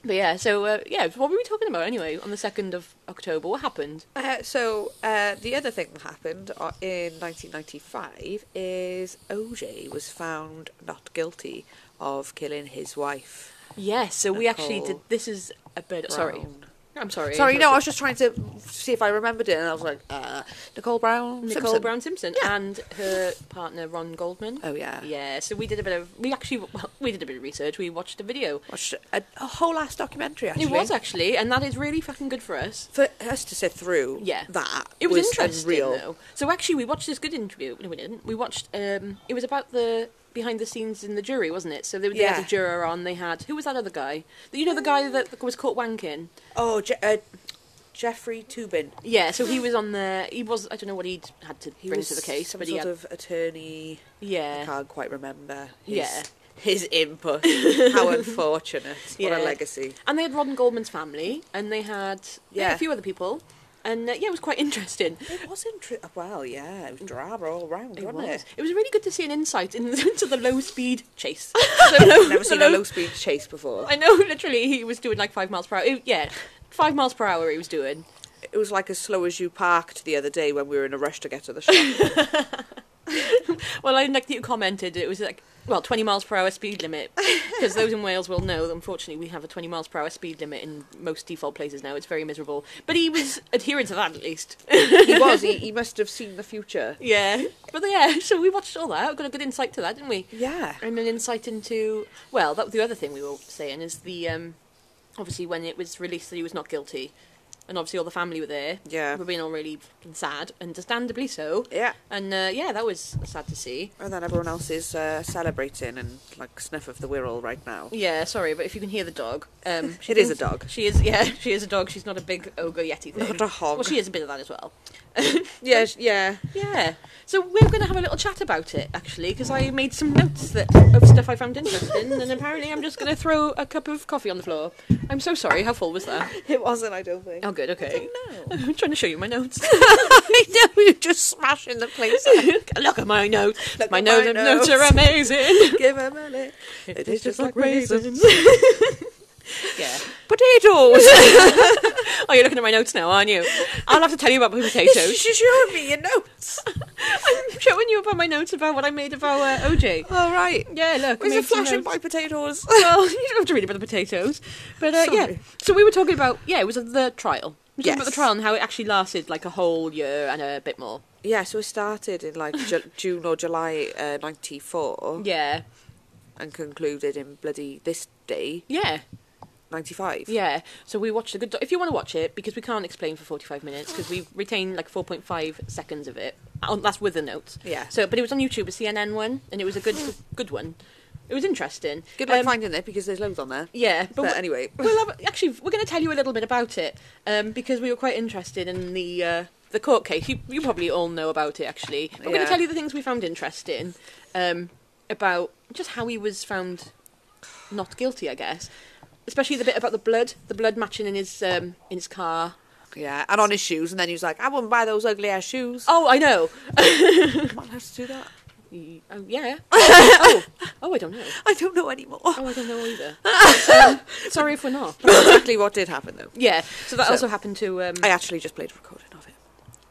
Speaker 2: But yeah, so uh, yeah, what were we talking about anyway? On the second of October, what happened?
Speaker 1: Uh, so uh, the other thing that happened uh, in 1995 is OJ was found not guilty of killing his wife.
Speaker 2: Yes, so we actually did.
Speaker 1: Nicole
Speaker 2: This is a bit. Sorry,
Speaker 1: Brown.
Speaker 2: I'm sorry. I
Speaker 1: Sorry, no, I
Speaker 2: interrupted.
Speaker 1: was just trying to see if I remembered it, and I was like, uh, Nicole Brown.
Speaker 2: Nicole
Speaker 1: Simpson.
Speaker 2: Brown Simpson and her partner Ron Goldman.
Speaker 1: Oh yeah.
Speaker 2: Yeah, so we did a bit of we actually well, we did a bit of research. We watched a video.
Speaker 1: Watched a, a whole ass documentary. Actually,
Speaker 2: It was actually, and that is really fucking good for us.
Speaker 1: for us to sit through.
Speaker 2: Yeah,
Speaker 1: that
Speaker 2: It was, interesting
Speaker 1: unreal.
Speaker 2: though. So actually, we watched this good interview. No, we didn't. We watched. Um, it was about the behind the scenes in the jury, wasn't it? So they, they had
Speaker 1: Yeah.
Speaker 2: a juror on. They had who was that other guy? You know, the guy that was caught wanking.
Speaker 1: Oh, Je- uh, Jeffrey Toobin.
Speaker 2: Yeah, so he was on there. He was. I don't know what he'd had to
Speaker 1: He
Speaker 2: bring
Speaker 1: was
Speaker 2: to the case,
Speaker 1: some
Speaker 2: but he
Speaker 1: sort
Speaker 2: had.
Speaker 1: of attorney. I
Speaker 2: yeah.
Speaker 1: can't quite remember. His,
Speaker 2: Yeah.
Speaker 1: his input. How unfortunate!
Speaker 2: Yeah.
Speaker 1: What a legacy.
Speaker 2: And they had Ron Goldman's family, and they had yeah.
Speaker 1: Yeah.
Speaker 2: a few other people, and uh, yeah, it was quite interesting.
Speaker 1: It was interesting. Well, yeah, it was drama all round,
Speaker 2: It
Speaker 1: wasn't
Speaker 2: was.
Speaker 1: it?
Speaker 2: It was really good to see an insight in- into the low speed chase. So low-
Speaker 1: Never
Speaker 2: the
Speaker 1: seen a
Speaker 2: low-
Speaker 1: low speed chase before.
Speaker 2: I know, literally, he was doing like five miles per hour. It- yeah, five miles per hour he was doing.
Speaker 1: It was like as slow as you parked the other day when we were in a rush to get to the shop.
Speaker 2: Well, I like that you commented it was like well twenty miles per hour speed limit because those in Wales will know. that Unfortunately, we have a twenty miles per hour speed limit in most default places now. It's very miserable. But he was adhering to that at least.
Speaker 1: he was. He, he must have seen the future.
Speaker 2: yeah, but yeah. So we watched all that. Got a good insight to that, didn't we?
Speaker 1: Yeah.
Speaker 2: and an insight into well that the other thing we were saying is the um obviously when it was released that he was not guilty and obviously all the family were there
Speaker 1: Yeah.
Speaker 2: were being all really fucking sad understandably so
Speaker 1: Yeah.
Speaker 2: and uh, yeah that was sad to see
Speaker 1: And then everyone else is uh, celebrating and like sniff of the Wirral right now.
Speaker 2: yeah sorry but if you can hear the dog um she
Speaker 1: It is a
Speaker 2: thinks-
Speaker 1: dog.
Speaker 2: she is yeah she is a dog she's not a big ogre yeti thing
Speaker 1: Not a hog.
Speaker 2: well she is a bit of that as well
Speaker 1: Yeah, yeah.
Speaker 2: yeah so we're going to have a little chat about it actually because i made some notes that of stuff i found interesting and apparently i'm just going to throw a cup of coffee on the floor i'm so sorry how full was that
Speaker 1: It wasn't, I don't think.
Speaker 2: Oh, good. Okay.
Speaker 1: No.
Speaker 2: I'm trying to show you my notes.
Speaker 1: I know, we were just smashing the place. up.
Speaker 2: Look at my notes.
Speaker 1: Look
Speaker 2: my
Speaker 1: at
Speaker 2: notes,
Speaker 1: my
Speaker 2: notes. are
Speaker 1: notes.
Speaker 2: amazing.
Speaker 1: Give 'em a lick. It is just like raisins.
Speaker 2: yeah.
Speaker 1: Potatoes!
Speaker 2: Oh, you're looking at my notes now, aren't you? I'll have to tell you about my potatoes.
Speaker 1: She's showing me your notes.
Speaker 2: I'm showing you about my notes about what I made about uh, OJ.
Speaker 1: All right.
Speaker 2: Yeah, look. I
Speaker 1: Is
Speaker 2: made
Speaker 1: it
Speaker 2: some
Speaker 1: flashing
Speaker 2: notes.
Speaker 1: by potatoes?
Speaker 2: Well, you don't have to read about the potatoes, but uh, yeah.
Speaker 1: Sorry.
Speaker 2: So we were talking about yeah, it was the trial. We were talking about
Speaker 1: Yes.
Speaker 2: the trial and how it actually lasted like a whole year and a bit more.
Speaker 1: Yeah, so it started in like Ju- June or July uh, 94
Speaker 2: Yeah,
Speaker 1: and concluded in bloody this day,
Speaker 2: yeah.
Speaker 1: 95.
Speaker 2: Yeah, so we watched a good. Do- if you want to watch it, because we can't explain for forty-five minutes, because we retained like four point five seconds of it. Oh, that's with the notes.
Speaker 1: Yeah.
Speaker 2: So, but it was on YouTube, a CNN one, and it was a good, good one. It was interesting.
Speaker 1: Good luck
Speaker 2: Um,
Speaker 1: finding it because there's loads on there.
Speaker 2: Yeah, but,
Speaker 1: But,
Speaker 2: we-
Speaker 1: anyway.
Speaker 2: we'll have, actually we're going to tell you a little bit about it um, because we were quite interested in the uh, the court case. You, you probably all know about it actually. But We're going
Speaker 1: Yeah.
Speaker 2: to tell you the things we found interesting um, about just how he was found not guilty, I guess. Especially the bit about the blood, the blood matching in his um, in his car.
Speaker 1: Yeah, and on his shoes, and then he was like, I wouldn't buy those ugly ass shoes.
Speaker 2: Oh, I know.
Speaker 1: Am I allowed to do that?
Speaker 2: Y- Oh, yeah. Oh, oh, oh, I don't know.
Speaker 1: I don't know anymore.
Speaker 2: Oh, I don't know either. Um, sorry if we're not.
Speaker 1: That's exactly what did happen, though.
Speaker 2: Yeah. So that
Speaker 1: So-
Speaker 2: also happened to. Um,
Speaker 1: I actually just played a recording of it.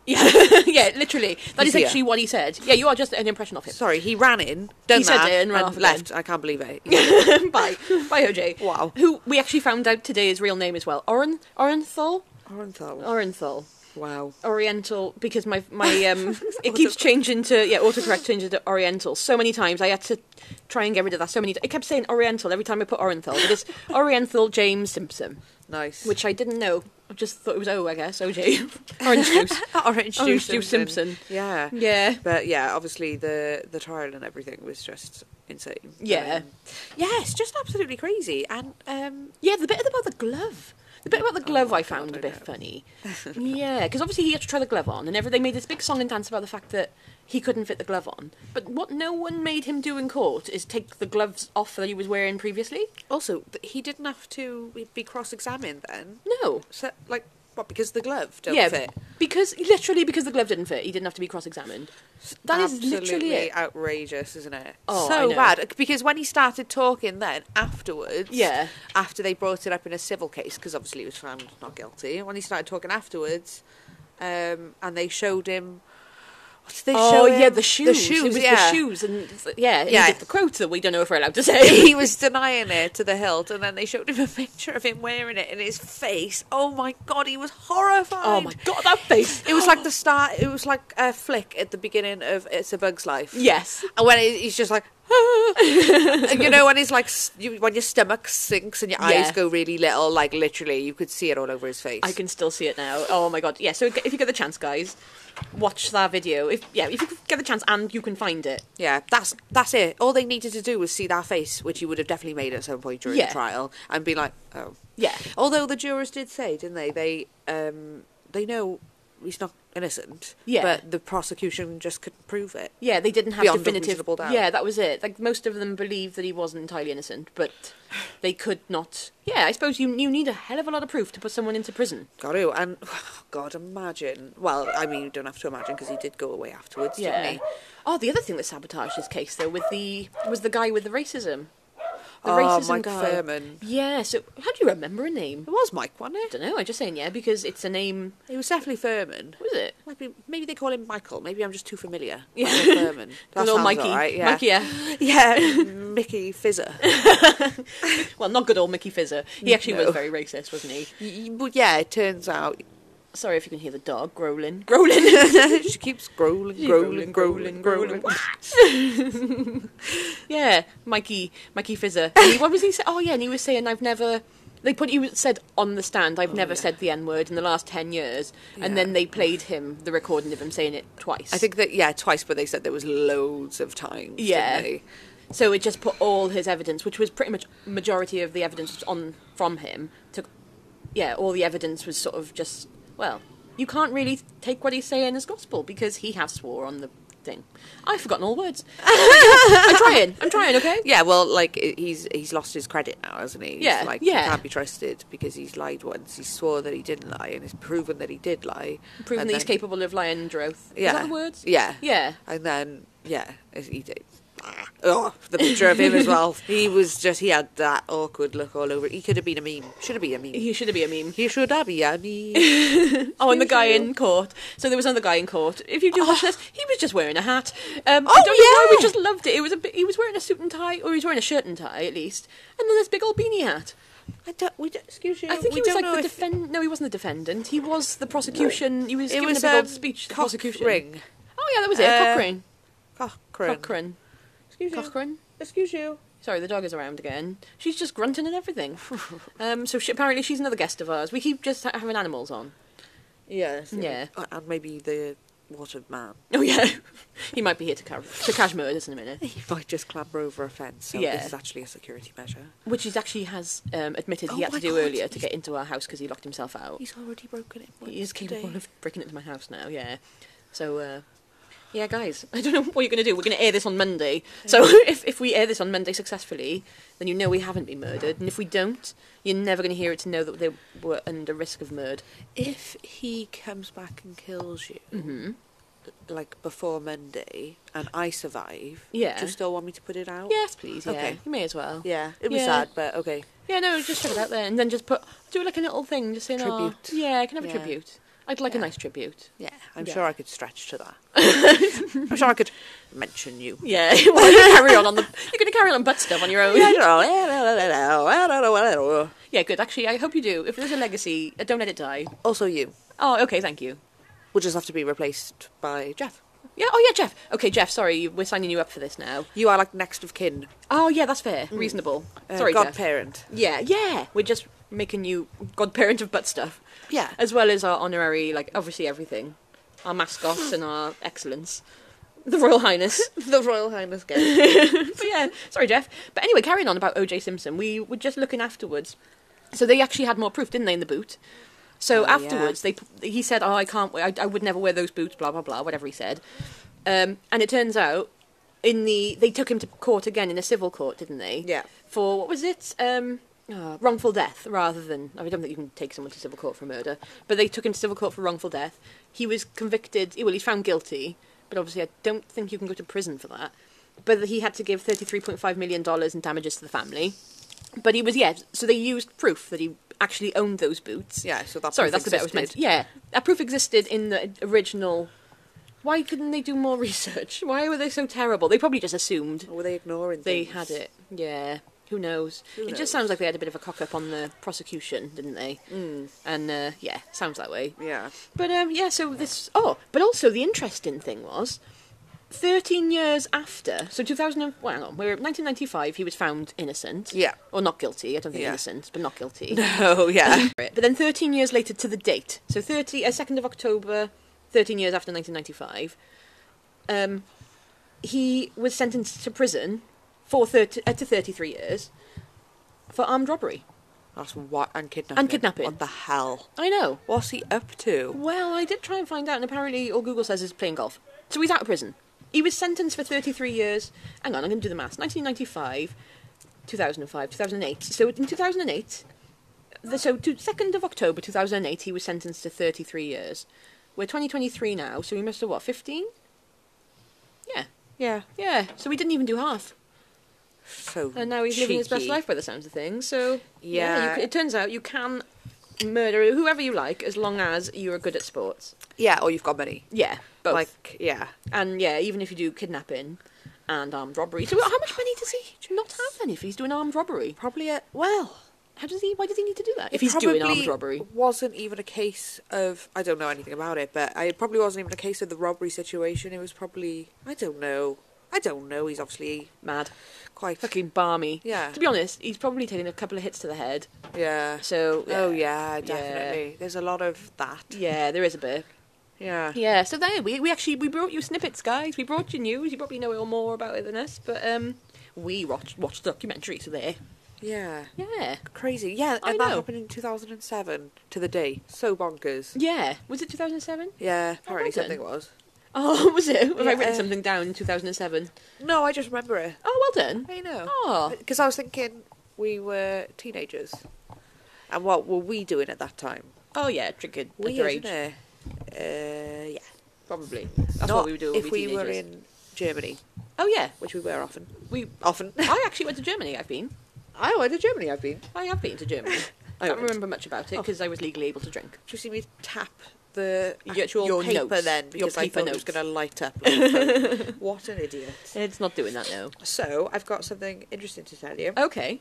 Speaker 2: Yeah, yeah, literally. That is
Speaker 1: He's here.
Speaker 2: actually what he said. Yeah, you are just an impression of him.
Speaker 1: Sorry, he ran in, done
Speaker 2: He said
Speaker 1: that,
Speaker 2: it and ran off again.
Speaker 1: left. I can't believe it. Yeah.
Speaker 2: bye, bye, OJ.
Speaker 1: Wow.
Speaker 2: Who we actually found out today his real name as well. Oren Orenthal Oh.
Speaker 1: Orenthal.
Speaker 2: Orenthal
Speaker 1: Wow.
Speaker 2: Oriental because my my um it keeps changing to yeah autocorrect changes to Oriental so many times I had to try and get rid of that so many. T- it kept saying Oriental every time I put Orenthal, but it's Oriental James Simpson,
Speaker 1: Nice.
Speaker 2: which I didn't know. I just thought it was O, I guess OJ Orange Juice.
Speaker 1: Orange
Speaker 2: Orange Juice Simpson.
Speaker 1: Yeah.
Speaker 2: Yeah.
Speaker 1: But yeah, obviously the the trial and everything was just insane.
Speaker 2: Yeah.
Speaker 1: Um, yeah, it's just absolutely crazy. And um,
Speaker 2: Yeah, the bit about the glove. The bit about the glove
Speaker 1: my
Speaker 2: I
Speaker 1: God,
Speaker 2: found a
Speaker 1: Oh, I
Speaker 2: bit
Speaker 1: know.
Speaker 2: funny. yeah, because obviously he had to try the glove on, and every, they made this big song and dance about the fact that he couldn't fit the glove on. But what no one made him do in court is take the gloves off that he was wearing previously.
Speaker 1: Also, th- he didn't have to be cross-examined then.
Speaker 2: No.
Speaker 1: So, like, what? Because the glove don't
Speaker 2: yeah,
Speaker 1: fit.
Speaker 2: because literally because the glove didn't fit, he didn't have to be cross-examined. That is literally
Speaker 1: Absolutely
Speaker 2: it.
Speaker 1: outrageous, isn't it?
Speaker 2: Oh, I
Speaker 1: so
Speaker 2: know.
Speaker 1: bad. Because when he started talking, then afterwards,
Speaker 2: Yeah.
Speaker 1: after they brought it up in a civil case, because obviously he was found not guilty. When he started talking afterwards, um, and they showed him. What did they show
Speaker 2: oh yeah,
Speaker 1: him?
Speaker 2: the shoes.
Speaker 1: The shoes.
Speaker 2: It was
Speaker 1: yeah.
Speaker 2: the shoes, and yeah,
Speaker 1: Yeah.
Speaker 2: yeah. the quote that we don't know if we're allowed to say.
Speaker 1: he was denying it to the hilt, and then they showed him a picture of him wearing it in his face. Oh my god, he was horrified.
Speaker 2: oh my god, that face!
Speaker 1: It was like the start. It was like a flick at the beginning of "It's a Bug's Life."
Speaker 2: yes,
Speaker 1: and when he- he's just like, "Ah." and you know, when he's like, s- you, when your stomach sinks and your eyes
Speaker 2: Yeah.
Speaker 1: go really little, like literally, you could see it all over his face.
Speaker 2: I can still see it now. Oh my god, yeah. So if you get the chance, guys, watch that video. If yeah, if you get the chance and you can find it,
Speaker 1: Yeah, that's that's it. All they needed to do was see that face, which he would have definitely made at some point during
Speaker 2: Yeah.
Speaker 1: the trial, and be like, oh.
Speaker 2: yeah,
Speaker 1: Although the jurors did say, didn't they? They um, they know he's not innocent.
Speaker 2: Yeah.
Speaker 1: But the prosecution just couldn't prove it.
Speaker 2: yeah, they didn't have
Speaker 1: Beyond a
Speaker 2: definitive.
Speaker 1: reasonable doubt.
Speaker 2: Yeah, that was it. Like most of them believed that he wasn't entirely innocent, but they could not. Yeah, I suppose you you need a hell of a lot of proof to put someone into prison.
Speaker 1: Got to. And oh God, imagine. Well, I mean, you don't have to imagine because he did go away afterwards, didn't
Speaker 2: Yeah.
Speaker 1: he?
Speaker 2: Oh, the other thing that sabotaged his case though with the was the guy with the racism. The
Speaker 1: Oh,
Speaker 2: racism
Speaker 1: Mike
Speaker 2: guy.
Speaker 1: Furman.
Speaker 2: Yeah. So how do you remember a name?
Speaker 1: It was Mike, wasn't
Speaker 2: I
Speaker 1: it?
Speaker 2: don't know. I'm just saying yeah because it's a name.
Speaker 1: It was definitely Furman.
Speaker 2: Was it?
Speaker 1: Might be, maybe they call him Michael. Maybe I'm just too familiar.
Speaker 2: Yeah.
Speaker 1: Michael Furman. That
Speaker 2: Good old
Speaker 1: sounds
Speaker 2: Mikey.
Speaker 1: all right, yeah.
Speaker 2: Mikey, yeah.
Speaker 1: Yeah, Mickey Fizzer.
Speaker 2: Well, not good old Mickey Fizzer. He actually
Speaker 1: No.
Speaker 2: was very racist, wasn't he?
Speaker 1: Y- y- But yeah, it turns out
Speaker 2: Sorry if you can hear the dog growling. Growling!
Speaker 1: she keeps growling, growling, growling, growling.
Speaker 2: yeah, Mikey, Mikey Fizzer. And he- what was he saying? Oh, yeah, and he was saying, I've never. They put, he was- said on the stand, I've never
Speaker 1: Oh, yeah.
Speaker 2: said the N word in the last 10 years. And
Speaker 1: Yeah.
Speaker 2: then they played him the recording of him saying it twice.
Speaker 1: I think that yeah, twice, but they said there was loads of times.
Speaker 2: Yeah.
Speaker 1: didn't they?
Speaker 2: So it just put all his evidence, which was pretty much majority of the evidence was on from him. To, yeah, all the evidence was sort of just well, you can't really take what he's saying as gospel because he has swore on the thing. I've forgotten all words. I'm trying. I'm trying. Okay.
Speaker 1: yeah. Well, like i- he's he's lost his credit now, hasn't he? He's
Speaker 2: Yeah,
Speaker 1: like
Speaker 2: yeah.
Speaker 1: he can't be trusted because he's lied once. He swore that he didn't lie, and it's proven that he did lie.
Speaker 2: Proving
Speaker 1: and
Speaker 2: that he's
Speaker 1: then-
Speaker 2: capable of lying under oath. Is
Speaker 1: Yeah.
Speaker 2: that the words?
Speaker 1: Yeah.
Speaker 2: Yeah.
Speaker 1: And then yeah, as he did. Oh, the picture of him as well. He was just he had that awkward look all over. He could have been a meme. Should have been a meme.
Speaker 2: He should have been a meme.
Speaker 1: He should have been a meme.
Speaker 2: Oh, and the guy in court. So there was another guy in court. If you do watch this, he was just wearing a hat. Um, I
Speaker 1: Oh,
Speaker 2: don't know why
Speaker 1: yeah.
Speaker 2: we just loved it. It was a bit, he was wearing a suit and tie, or he was wearing a shirt and tie at least, and then this big old beanie hat.
Speaker 1: I don't. We don't, excuse you.
Speaker 2: I think
Speaker 1: we
Speaker 2: he was
Speaker 1: don't
Speaker 2: like
Speaker 1: know
Speaker 2: the
Speaker 1: if
Speaker 2: defend. No, he wasn't the defendant. He was the prosecution. He was
Speaker 1: it
Speaker 2: giving
Speaker 1: was
Speaker 2: a big
Speaker 1: um,
Speaker 2: old speech. to The
Speaker 1: cock
Speaker 2: prosecution.
Speaker 1: Ring.
Speaker 2: Oh yeah, that was it.
Speaker 1: Uh,
Speaker 2: Cochrane.
Speaker 1: Cochrane.
Speaker 2: Cochrane.
Speaker 1: Excuse you.
Speaker 2: Cochrane.
Speaker 1: Excuse you.
Speaker 2: Sorry, the dog is around again. She's just grunting and everything. um, so she, apparently she's another guest of ours. We keep just ha- having animals on.
Speaker 1: Yes.
Speaker 2: Yeah.
Speaker 1: Uh, And maybe the water man.
Speaker 2: Oh yeah, he might be here to, ca- to cash murders in a minute.
Speaker 1: He might just clamber over a fence. So
Speaker 2: Yeah.
Speaker 1: this is actually a security measure.
Speaker 2: Which he actually has um, admitted
Speaker 1: Oh
Speaker 2: he had
Speaker 1: my
Speaker 2: to do
Speaker 1: God,
Speaker 2: earlier to
Speaker 1: he's-
Speaker 2: get into our house because he locked himself out.
Speaker 1: He's already broken it. once
Speaker 2: He is capable
Speaker 1: today.
Speaker 2: of breaking into my house now, yeah. So, uh, yeah, guys, I don't know what you're going to do. We're going to air this on Monday. So, if, if we air this on Monday successfully, then you know we haven't been murdered. And if we don't, you're never going to hear it to know that they were under risk of murder.
Speaker 1: If he comes back and kills you,
Speaker 2: Mm-hmm.
Speaker 1: like before Monday, and I survive,
Speaker 2: Yeah.
Speaker 1: do you still want me to put it out?
Speaker 2: Yes, please, yeah.
Speaker 1: Okay.
Speaker 2: You may as well.
Speaker 1: Yeah. It'd be
Speaker 2: Yeah.
Speaker 1: sad, but okay.
Speaker 2: Yeah, no, just check it out there. And then just put, do like a little thing, just saying, "Oh,
Speaker 1: Tribute.
Speaker 2: yeah, I can have
Speaker 1: Yeah.
Speaker 2: a tribute. I'd like
Speaker 1: Yeah.
Speaker 2: a nice tribute.
Speaker 1: Yeah. I'm
Speaker 2: Yeah.
Speaker 1: sure I could stretch to that. I'm sure I could mention you.
Speaker 2: Yeah, well, you carry on on the. You're going to carry on butt stuff on your own.
Speaker 1: Yeah, I don't know. I don't know. I don't know.
Speaker 2: Yeah, good. Actually, I hope you do. If there's a legacy, uh, don't let it die.
Speaker 1: Also, you
Speaker 2: Oh, okay, thank you.
Speaker 1: will just have to be replaced by Jeff.
Speaker 2: Yeah. Oh, yeah, Jeff. Okay, Jeff. Sorry, you- we're signing you up for this now.
Speaker 1: You are like next of kin,
Speaker 2: Oh, yeah, that's fair. Reasonable.
Speaker 1: uh,
Speaker 2: sorry, Jeff.
Speaker 1: godparent.
Speaker 2: Yeah, yeah. We're just making you godparent of butt stuff,
Speaker 1: Yeah.
Speaker 2: as well as our honorary, like obviously everything, our mascots and our excellence, the Royal Highness.
Speaker 1: the Royal Highness game.
Speaker 2: but yeah, sorry, Jeff. But anyway, carrying on about O.J. Simpson, we were just looking afterwards So they actually had more proof, didn't they, in the boot?
Speaker 1: Oh,
Speaker 2: So
Speaker 1: yeah.
Speaker 2: afterwards, they p- he said, "Oh, I can't. Wear, I, I would never wear those boots." Blah blah blah. Whatever he said, um, and it turns out in the they took him to court again in a civil court, didn't they?
Speaker 1: Yeah.
Speaker 2: For what was it? Um, oh, wrongful death, rather than I don't think you can take someone to civil court for murder, but they took him to civil court for wrongful death. He was convicted. Well, he's found guilty, but obviously I don't think you can go to prison for that. But he had to give thirty three point five million dollars in damages to the family. But he was yeah. So they used proof that he actually owned those boots.
Speaker 1: Yeah, so that
Speaker 2: Sorry,
Speaker 1: proof
Speaker 2: that's the bit I was meant.
Speaker 1: existed.
Speaker 2: To, yeah, that proof existed in the original. Why couldn't they do more research? Why were they so terrible? They probably just assumed
Speaker 1: Or were they ignoring
Speaker 2: they
Speaker 1: things?
Speaker 2: had it. Yeah. Who knows?
Speaker 1: Who
Speaker 2: it
Speaker 1: knows?
Speaker 2: just sounds like they had a bit of a cock up on the prosecution, didn't they? Mm. And uh, yeah, sounds that way.
Speaker 1: Yeah.
Speaker 2: But um, yeah, so this. Oh, but also the interesting thing was, thirteen years after, so two thousand and well, hang on, we're nineteen ninety five. He was found innocent.
Speaker 1: Yeah.
Speaker 2: Or not guilty. I don't think
Speaker 1: Yeah.
Speaker 2: innocent, but not guilty.
Speaker 1: Oh, yeah.
Speaker 2: But then thirteen years later to the date, so thirty, uh, second of October, thirteen years after nineteen ninety five, um, he was sentenced to prison for 30, uh, to thirty three years for armed robbery.
Speaker 1: That's what and kidnapping.
Speaker 2: And kidnapping.
Speaker 1: What the hell?
Speaker 2: I know.
Speaker 1: What's he up to?
Speaker 2: Well, I did try and find out, and apparently all Google says is playing golf. So he's out of prison. He was sentenced for 33 years. Hang on, I'm going to do the maths. 1995, 2005, 2008. So in 2008, the, so to, 2nd of October 2008, he was sentenced to 33 years. We're 2023 now, so he must have, what, 15? Yeah,
Speaker 1: Yeah.
Speaker 2: yeah. So he didn't even do half.
Speaker 1: So
Speaker 2: And Uh, now he's living his best
Speaker 1: cheeky.
Speaker 2: life by the sounds of things. So, you
Speaker 1: Yeah.
Speaker 2: c- it turns out you can murder whoever you like as long as you're good at sports.
Speaker 1: Yeah, or you've got money.
Speaker 2: Yeah, both.
Speaker 1: Like, yeah.
Speaker 2: and yeah, even if you do kidnapping and armed robbery, so how much money does he not have then if he's doing armed robbery?
Speaker 1: Probably a well.
Speaker 2: How does he? Why does he need to do that if
Speaker 1: it
Speaker 2: he's doing armed
Speaker 1: probably
Speaker 2: robbery?
Speaker 1: wasn't even a case of I don't know anything about it, but I, it probably wasn't even a case of the robbery situation. It was probably I don't know. I don't know. He's obviously
Speaker 2: Mad,
Speaker 1: quite
Speaker 2: fucking barmy.
Speaker 1: Yeah.
Speaker 2: To be honest, he's probably taking a couple of hits to the head.
Speaker 1: yeah.
Speaker 2: So
Speaker 1: Oh yeah, definitely. There's a lot of that.
Speaker 2: Yeah, there is a bit.
Speaker 1: Yeah.
Speaker 2: Yeah, so there we we actually we brought you snippets, guys. We brought you news. You probably know a little more about it than us, but um, we watched watched the documentary. So there.
Speaker 1: Yeah.
Speaker 2: Yeah.
Speaker 1: Crazy. Yeah, and
Speaker 2: I
Speaker 1: that
Speaker 2: know.
Speaker 1: happened in 2007 to the day. So bonkers.
Speaker 2: Yeah. Was it 2007?
Speaker 1: Yeah, apparently
Speaker 2: well done.
Speaker 1: something was.
Speaker 2: Oh, was it? Have I
Speaker 1: Yeah.
Speaker 2: written something down in 2007?
Speaker 1: No, I just remember it.
Speaker 2: Oh, well done.
Speaker 1: I know.
Speaker 2: Oh,
Speaker 1: Because I was thinking we were teenagers. And what were we doing at that time?
Speaker 2: oh yeah, drinking
Speaker 1: We,
Speaker 2: underage,
Speaker 1: isn't it? Uh, yeah.
Speaker 2: probably. That's
Speaker 1: Not
Speaker 2: what we were doing. when
Speaker 1: if
Speaker 2: we,
Speaker 1: we were
Speaker 2: teenagers.
Speaker 1: in Germany,
Speaker 2: Oh yeah,
Speaker 1: which we were often.
Speaker 2: we.
Speaker 1: Often.
Speaker 2: I actually went to Germany. I've been.
Speaker 1: I went to Germany, I've been.
Speaker 2: I have been to Germany. I
Speaker 1: I
Speaker 2: don't
Speaker 1: went.
Speaker 2: remember much about it
Speaker 1: Oh.
Speaker 2: because I was legally able to drink.
Speaker 1: Do you see me tap the
Speaker 2: You get your
Speaker 1: paper
Speaker 2: notes.
Speaker 1: then?
Speaker 2: Your
Speaker 1: Because I
Speaker 2: paper
Speaker 1: thought it was
Speaker 2: notes.
Speaker 1: going to light up. like a phone. what an idiot.
Speaker 2: It's not doing that now.
Speaker 1: So, I've got something interesting to tell you.
Speaker 2: Okay.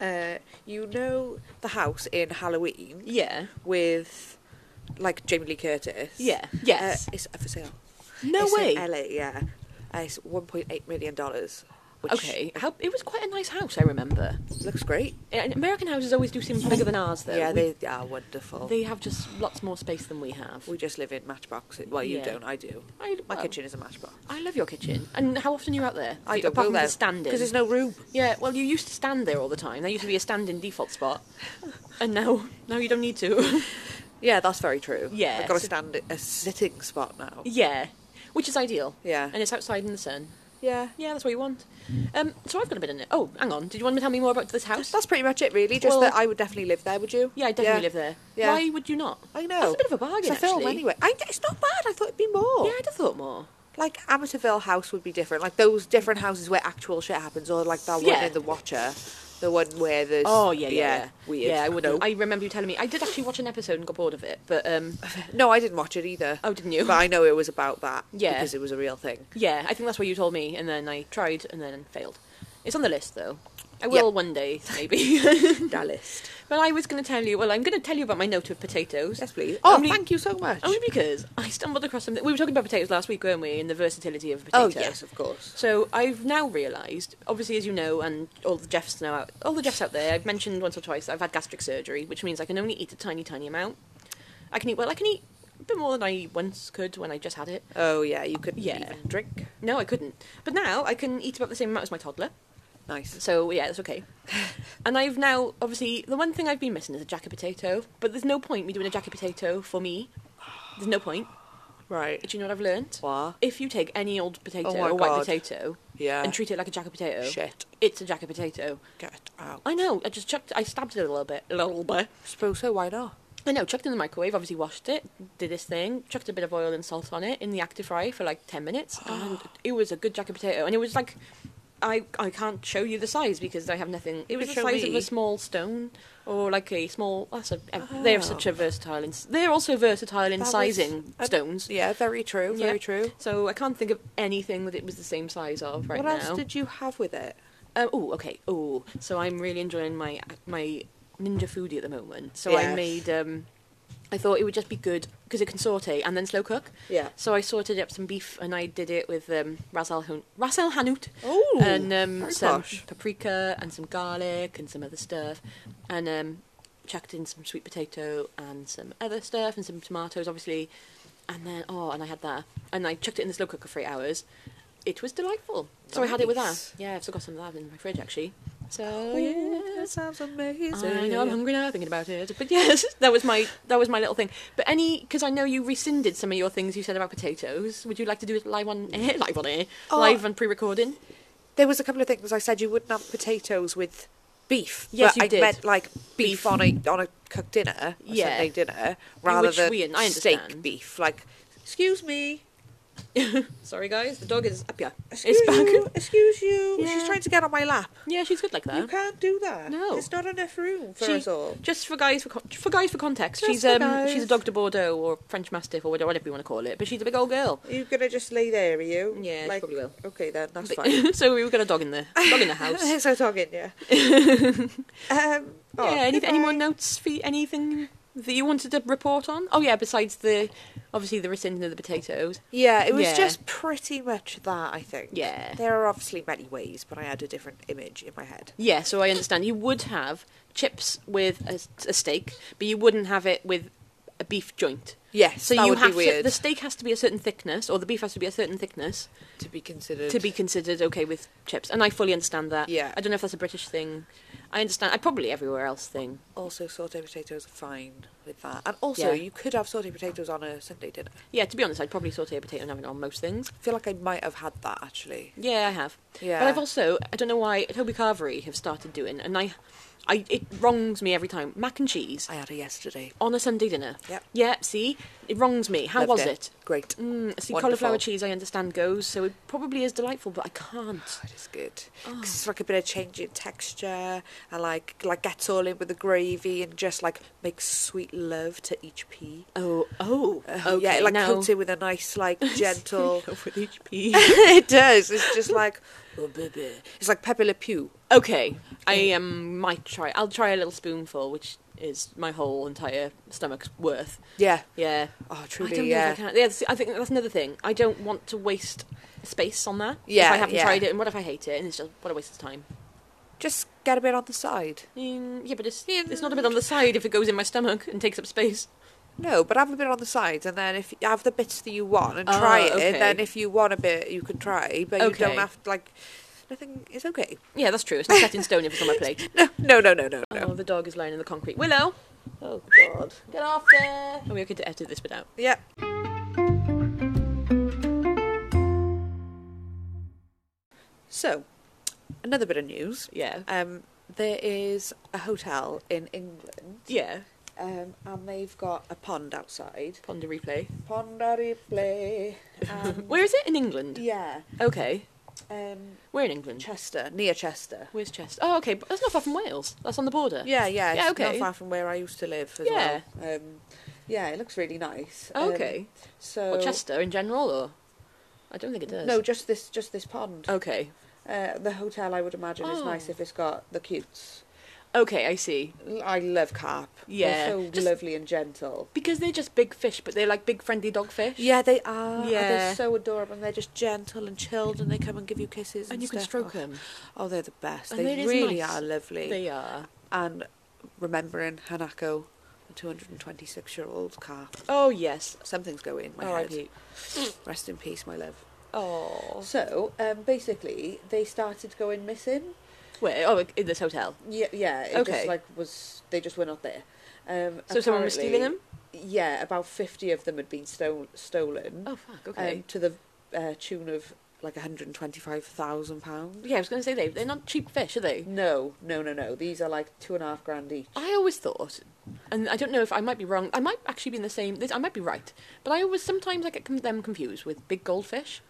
Speaker 1: Uh, you know the house in Halloween
Speaker 2: Yeah.
Speaker 1: with like Jamie Lee Curtis?
Speaker 2: Yeah.
Speaker 1: Uh,
Speaker 2: Yes.
Speaker 1: it's up for sale.
Speaker 2: no
Speaker 1: It's
Speaker 2: way.
Speaker 1: In LA, yeah. Uh, it's $1.8 million. Which
Speaker 2: okay. How, it was quite a nice house. I remember.
Speaker 1: Looks great.
Speaker 2: And American houses always do seem bigger than ours, though.
Speaker 1: yeah,
Speaker 2: We-
Speaker 1: they are wonderful.
Speaker 2: they have just lots more space than we have.
Speaker 1: We just live in matchboxes. Well, you
Speaker 2: Yeah.
Speaker 1: don't. I do.
Speaker 2: I,
Speaker 1: My
Speaker 2: well,
Speaker 1: kitchen is a matchbox.
Speaker 2: I love your kitchen. And how often are you out there?
Speaker 1: I don't go
Speaker 2: Apart from
Speaker 1: there
Speaker 2: the standing.
Speaker 1: because there's no room.
Speaker 2: Yeah, well, you used to stand there all the time. There used to be a stand-in default spot, and now, now Uh, you don't need to.
Speaker 1: Yeah, that's very true.
Speaker 2: Yeah,
Speaker 1: I've got
Speaker 2: so-
Speaker 1: to stand a sitting spot now.
Speaker 2: yeah, which is ideal.
Speaker 1: Yeah.
Speaker 2: and it's outside in the sun.
Speaker 1: Yeah.
Speaker 2: Yeah, that's what you want. Um, so I've got a bit in it. Oh, hang on. Did you want to tell me more about this house?
Speaker 1: That's pretty much it, really. Just
Speaker 2: Well-
Speaker 1: that I would definitely live there. Would you?
Speaker 2: yeah, I definitely
Speaker 1: Yeah.
Speaker 2: live there.
Speaker 1: Yeah.
Speaker 2: Why would you not?
Speaker 1: I know.
Speaker 2: That's a bit of a bargain,
Speaker 1: It's a film,
Speaker 2: actually.
Speaker 1: anyway. I, it's not bad. I thought it'd be more.
Speaker 2: Yeah, I'd have thought more.
Speaker 1: Like Amateurville House would be different. Like those different houses where actual shit happens, or like that one
Speaker 2: Yeah.
Speaker 1: in The Watcher, the one where there's
Speaker 2: Oh yeah, yeah, yeah.
Speaker 1: weird.
Speaker 2: Yeah, I would.
Speaker 1: No.
Speaker 2: I remember you telling me. I did actually watch an episode and got bored of it, but um,
Speaker 1: no, I didn't watch it either.
Speaker 2: oh, didn't you?
Speaker 1: But I know it was about that.
Speaker 2: Yeah.
Speaker 1: Because it was a real thing.
Speaker 2: Yeah, I think that's what you told me, and then I tried and then failed. It's on the list though. I
Speaker 1: Yeah.
Speaker 2: will one day, maybe.
Speaker 1: Dallas.
Speaker 2: But I was going to tell you. Well, I'm going to tell you about my note of potatoes.
Speaker 1: Yes, please. Oh,
Speaker 2: Only-
Speaker 1: thank you so much.
Speaker 2: Only because I stumbled across something. We were talking about potatoes last week, weren't we? And the versatility of
Speaker 1: oh,
Speaker 2: potatoes.
Speaker 1: yes, of course.
Speaker 2: So I've now realised, obviously, as you know, and all the Jeffs know, out, all the Jeffs out there, I've mentioned once or twice, I've had gastric surgery, which means I can only eat a tiny, tiny amount. I can eat well. I can eat a bit more than I once could when I just had it.
Speaker 1: Oh, yeah, you couldn't
Speaker 2: Yeah.
Speaker 1: even drink.
Speaker 2: No, I couldn't. But now I can eat about the same amount as my toddler.
Speaker 1: Nice.
Speaker 2: So yeah, it's okay. and I've now obviously the one thing I've been missing is a jacket potato, but there's no point me doing a jacket potato for me. There's no point.
Speaker 1: Right.
Speaker 2: Do you know what I've learned?
Speaker 1: What?
Speaker 2: If you take any old potato
Speaker 1: Oh my
Speaker 2: or white
Speaker 1: God.
Speaker 2: potato
Speaker 1: Yeah.
Speaker 2: and treat it like a jacket potato,
Speaker 1: Shit.
Speaker 2: it's a jacket potato.
Speaker 1: Get out.
Speaker 2: I know. I just chucked. I stabbed it a little bit, a little bit.
Speaker 1: suppose so. Why not?
Speaker 2: I know. Chucked it in the microwave. Obviously washed it. Did this thing. Chucked a bit of oil and salt on it in the Actifry for like ten minutes, and it was a good jacket potato. And it was like, I I can't show you the size because I have nothing. It was
Speaker 1: Could
Speaker 2: the
Speaker 1: show
Speaker 2: size of
Speaker 1: me.
Speaker 2: a small stone or like a small. That's a. They're
Speaker 1: Oh.
Speaker 2: such a versatile. In, they're also versatile in
Speaker 1: That was
Speaker 2: sizing
Speaker 1: a-
Speaker 2: stones.
Speaker 1: Yeah, very true.
Speaker 2: Yeah.
Speaker 1: Very true.
Speaker 2: So I can't think of anything that it was the same size of right
Speaker 1: what
Speaker 2: now.
Speaker 1: else did you have with it?
Speaker 2: Um, oh, okay. Oh, so I'm really enjoying my my ninja foodie at the moment. So I
Speaker 1: Yes.
Speaker 2: made. Um, I thought it would just be good because it can saute and then slow cook.
Speaker 1: Yeah.
Speaker 2: So I sorted up some beef and I did it with um, ras al hun- ras al hanout
Speaker 1: Oh,
Speaker 2: and um,
Speaker 1: very
Speaker 2: some
Speaker 1: posh.
Speaker 2: paprika and some garlic and some other stuff, and um, chucked in some sweet potato and some other stuff and some tomatoes, obviously, and then oh, and I had that, and I chucked it in the slow cooker for eight hours. It was delightful. So I had it with that.
Speaker 1: Nice.
Speaker 2: Yeah, I've still got some of that in my fridge actually. So
Speaker 1: Ooh,
Speaker 2: Oh, yeah.
Speaker 1: that sounds amazing.
Speaker 2: I know I'm hungry now thinking about it. But yes, that was my that was my little thing. But any because I know you rescinded some of your things you said about potatoes. Would you like to do it live on air? Live on air.
Speaker 1: Oh.
Speaker 2: Live and pre-recording.
Speaker 1: There was a couple of things I said you wouldn't have potatoes with beef.
Speaker 2: Yes,
Speaker 1: but
Speaker 2: you
Speaker 1: I
Speaker 2: did.
Speaker 1: meant like beef,
Speaker 2: Beef.
Speaker 1: on a on a cooked dinner, a
Speaker 2: Yeah.
Speaker 1: Sunday dinner, rather
Speaker 2: which
Speaker 1: than
Speaker 2: we- I
Speaker 1: steak
Speaker 2: understand.
Speaker 1: beef. Like, excuse me,
Speaker 2: Sorry guys, the dog is up here.
Speaker 1: excuse
Speaker 2: it's back.
Speaker 1: you, excuse you. She's
Speaker 2: Yeah.
Speaker 1: trying to get on my lap.
Speaker 2: Yeah, she's good like
Speaker 1: You
Speaker 2: that.
Speaker 1: can't do that.
Speaker 2: No.
Speaker 1: there's not enough room for
Speaker 2: She-
Speaker 1: us all.
Speaker 2: Just for guys for con- for guys for context,
Speaker 1: Just
Speaker 2: she's
Speaker 1: for
Speaker 2: um
Speaker 1: guys.
Speaker 2: she's a dog de Bordeaux or French Mastiff or whatever whatever you want to call it. But she's a big old girl.
Speaker 1: Are you gonna just lay there? Are you?
Speaker 2: Yeah, she
Speaker 1: like,
Speaker 2: probably will.
Speaker 1: Okay, then that's
Speaker 2: But-
Speaker 1: fine.
Speaker 2: so we've got a dog in the dog in the house.
Speaker 1: It's so talking, yeah. um, oh,
Speaker 2: yeah, any, any
Speaker 1: goodbye.
Speaker 2: more notes for anything that you wanted to report on? Oh yeah, besides the obviously the rescinding of the potatoes.
Speaker 1: Yeah, it was
Speaker 2: Yeah.
Speaker 1: just pretty much that, I think.
Speaker 2: Yeah.
Speaker 1: There are obviously many ways, but I had a different image in my head.
Speaker 2: Yeah, so I understand you would have chips with a, a steak, but you wouldn't have it with a beef joint.
Speaker 1: Yes,
Speaker 2: So
Speaker 1: that
Speaker 2: you
Speaker 1: would
Speaker 2: have
Speaker 1: be weird
Speaker 2: to, the steak has to be a certain thickness, or the beef has to be a certain thickness
Speaker 1: to be considered.
Speaker 2: to be considered okay with chips. And I fully understand that.
Speaker 1: Yeah.
Speaker 2: I don't know if that's a British thing. I understand. I probably everywhere else thing.
Speaker 1: also sauteed potatoes are fine with that, and also
Speaker 2: Yeah.
Speaker 1: you could have sauteed potatoes on a Sunday dinner.
Speaker 2: Yeah, to be honest, I'd probably saute a potato and have it on most things.
Speaker 1: I feel like I might have had that actually.
Speaker 2: Yeah, I have.
Speaker 1: Yeah.
Speaker 2: But I've also I don't know why Toby Carvery have started doing, and I, I it wrongs me every time. Mac and cheese
Speaker 1: I had it yesterday.
Speaker 2: on a Sunday dinner.
Speaker 1: Yep.
Speaker 2: Yeah. See, it wrongs me. How
Speaker 1: Loved
Speaker 2: was it?
Speaker 1: Great.
Speaker 2: Mm, see,
Speaker 1: Wonderful.
Speaker 2: cauliflower cheese I understand goes, so it probably is delightful, but I can't.
Speaker 1: That is good.
Speaker 2: Oh.
Speaker 1: 'Cause it's like a bit of change in texture and like like gets all in with the gravy and just like makes sweet love to each pea.
Speaker 2: Oh, oh,
Speaker 1: Oh
Speaker 2: okay.
Speaker 1: yeah, it, like
Speaker 2: now,
Speaker 1: coats it with a nice like gentle.
Speaker 2: with each piece.
Speaker 1: it does. It's just like oh baby. It's like Pepe Le Pew.
Speaker 2: Okay, I um might try. I'll try a little spoonful, which is my whole entire stomach's worth.
Speaker 1: Yeah.
Speaker 2: Yeah.
Speaker 1: Oh,
Speaker 2: I
Speaker 1: truly.
Speaker 2: don't know
Speaker 1: yeah.
Speaker 2: if I can. Yeah, see, I think that's another thing. I don't want to waste space on that.
Speaker 1: Yeah,
Speaker 2: If I haven't
Speaker 1: yeah.
Speaker 2: tried it, and what if I hate it? And it's just what a waste of time.
Speaker 1: Just get a bit on the side.
Speaker 2: Mm, yeah, but it's mm. it's not a bit on the side if it goes in my stomach and takes up space.
Speaker 1: No, but have a bit on the sides, and then if you have the bits that you want and
Speaker 2: Oh,
Speaker 1: try it,
Speaker 2: okay.
Speaker 1: and then if you want a bit, you can try, but you
Speaker 2: Okay.
Speaker 1: don't have to like nothing. It's okay.
Speaker 2: Yeah, that's true. It's not set in stone if it's on my plate.
Speaker 1: No, no, no, no, no,
Speaker 2: Oh,
Speaker 1: no.
Speaker 2: the dog is lying in the concrete. Willow,
Speaker 1: Oh God.
Speaker 2: get off there. Are we okay to edit this bit out?
Speaker 1: Yeah. So, another bit of news.
Speaker 2: Yeah.
Speaker 1: Um, there is a hotel in England,
Speaker 2: Yeah.
Speaker 1: um, and they've got a pond outside.
Speaker 2: Ponder replay.
Speaker 1: Pondary play. Um,
Speaker 2: Where is it in England?
Speaker 1: yeah.
Speaker 2: Okay.
Speaker 1: Um,
Speaker 2: We're in England.
Speaker 1: Chester, near Chester.
Speaker 2: Where's Chester? Oh, okay. But that's not far from Wales. That's on the border.
Speaker 1: Yeah, yeah, it's
Speaker 2: Yeah, okay.
Speaker 1: not far from where I used to live as
Speaker 2: Yeah.
Speaker 1: well. Um, yeah, it looks really nice. Um,
Speaker 2: Oh, Okay.
Speaker 1: so
Speaker 2: or Chester in general, or I don't think it does.
Speaker 1: No, just this, just this pond.
Speaker 2: Okay.
Speaker 1: Uh, the hotel, I would imagine, is nice
Speaker 2: Oh.
Speaker 1: if it's got the cutes.
Speaker 2: Okay, I see.
Speaker 1: L- I love carp. they're
Speaker 2: Yeah,
Speaker 1: so
Speaker 2: just-
Speaker 1: lovely and gentle.
Speaker 2: Because they're just big fish, but they're like big friendly dog fish.
Speaker 1: Yeah, they are. Yeah,
Speaker 2: Yeah.
Speaker 1: they're so adorable. and They're just gentle and chilled, and they come and give you kisses, and,
Speaker 2: And you can
Speaker 1: stuff.
Speaker 2: stroke
Speaker 1: oh,
Speaker 2: them.
Speaker 1: Oh, they're the best.
Speaker 2: And it
Speaker 1: they
Speaker 2: is
Speaker 1: really
Speaker 2: nice.
Speaker 1: are lovely.
Speaker 2: They are.
Speaker 1: And remembering Hanako, a 226-year-old carp,
Speaker 2: Oh yes. Oh,
Speaker 1: something's going. in My head.
Speaker 2: R.I.P.
Speaker 1: Rest in peace, my love.
Speaker 2: Oh.
Speaker 1: So um, basically, they started going missing.
Speaker 2: Where? Oh, in this hotel.
Speaker 1: Yeah, yeah. It
Speaker 2: Okay.
Speaker 1: just like was they just were not there. Um,
Speaker 2: So someone was stealing them?
Speaker 1: apparently- Yeah, about fifty of them had been stole- stolen.
Speaker 2: Oh, fuck, okay.
Speaker 1: Um, to the uh, tune of like one hundred and twenty-five thousand pounds.
Speaker 2: yeah, I was going to say, they, they're not cheap fish, are they?
Speaker 1: No, no, no, no. These are like two and a half grand each.
Speaker 2: I always thought, and I don't know if I might be wrong, I might actually be in the same, this, I might be right, but I always, sometimes I get com- them confused with big goldfish.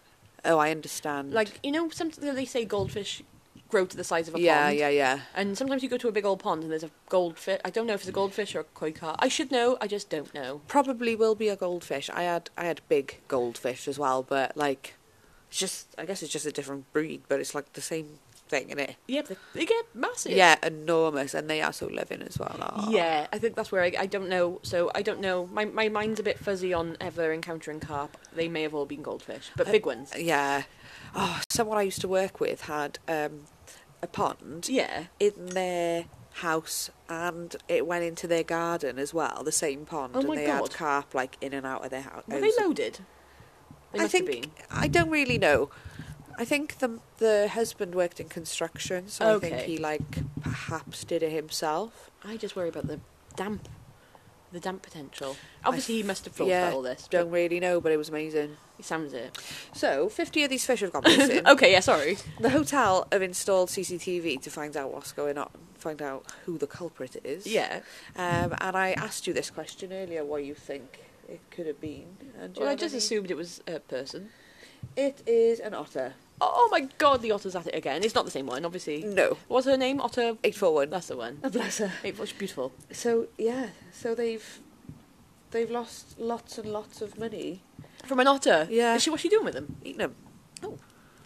Speaker 1: Oh, I understand.
Speaker 2: Like, you know, some, they say goldfish grow to the size of a
Speaker 1: yeah,
Speaker 2: pond.
Speaker 1: yeah, yeah.
Speaker 2: And sometimes you go to a big old pond and there's a goldfish. I don't know if it's a goldfish or a koi carp. I should know. I just don't know.
Speaker 1: Probably will be a goldfish. I had I had big goldfish as well, but like, it's just I guess it's just a different breed, but it's like the same thing, innit? it?
Speaker 2: Yeah, but they, they get massive.
Speaker 1: Yeah, enormous, and they are so living as well. Aw.
Speaker 2: Yeah, I think that's where I, I don't know. So I don't know. My my mind's a bit fuzzy on ever encountering carp. They may have all been goldfish, but big ones.
Speaker 1: Yeah. Oh, someone I used to work with had um, a pond
Speaker 2: Yeah.
Speaker 1: in their house and it went into their garden as well, the same pond.
Speaker 2: Oh my
Speaker 1: and they
Speaker 2: God.
Speaker 1: had carp like in and out of their house.
Speaker 2: Were they loaded? They
Speaker 1: I
Speaker 2: must
Speaker 1: think
Speaker 2: have been.
Speaker 1: I don't really know. I think the the husband worked in construction, so I think
Speaker 2: Okay.
Speaker 1: he like perhaps did it himself.
Speaker 2: I just worry about the damp, the damp potential. Obviously, he must have thought
Speaker 1: yeah,
Speaker 2: about all this. but
Speaker 1: Don't really know, but it was amazing.
Speaker 2: He sounds it.
Speaker 1: So, 50 of these fish have gone missing. Oh.
Speaker 2: okay. Yeah. Sorry.
Speaker 1: The hotel have installed CCTV to find out what's going on, find out who the culprit is.
Speaker 2: Yeah.
Speaker 1: Um, and I asked you this question earlier, what you think it could have been. And do you
Speaker 2: Well, I
Speaker 1: have
Speaker 2: just
Speaker 1: any-
Speaker 2: assumed it was a person.
Speaker 1: It is an otter.
Speaker 2: Oh my god, the otter's at it again. It's not the same one, obviously.
Speaker 1: No.
Speaker 2: What's her name? Otter.
Speaker 1: 841.
Speaker 2: That's the one.
Speaker 1: Oh, bless her.
Speaker 2: It was beautiful.
Speaker 1: So, yeah, so they've they've lost lots and lots of money.
Speaker 2: From an otter.
Speaker 1: Yeah.
Speaker 2: Is she, what's she doing with them?
Speaker 1: Eaten them.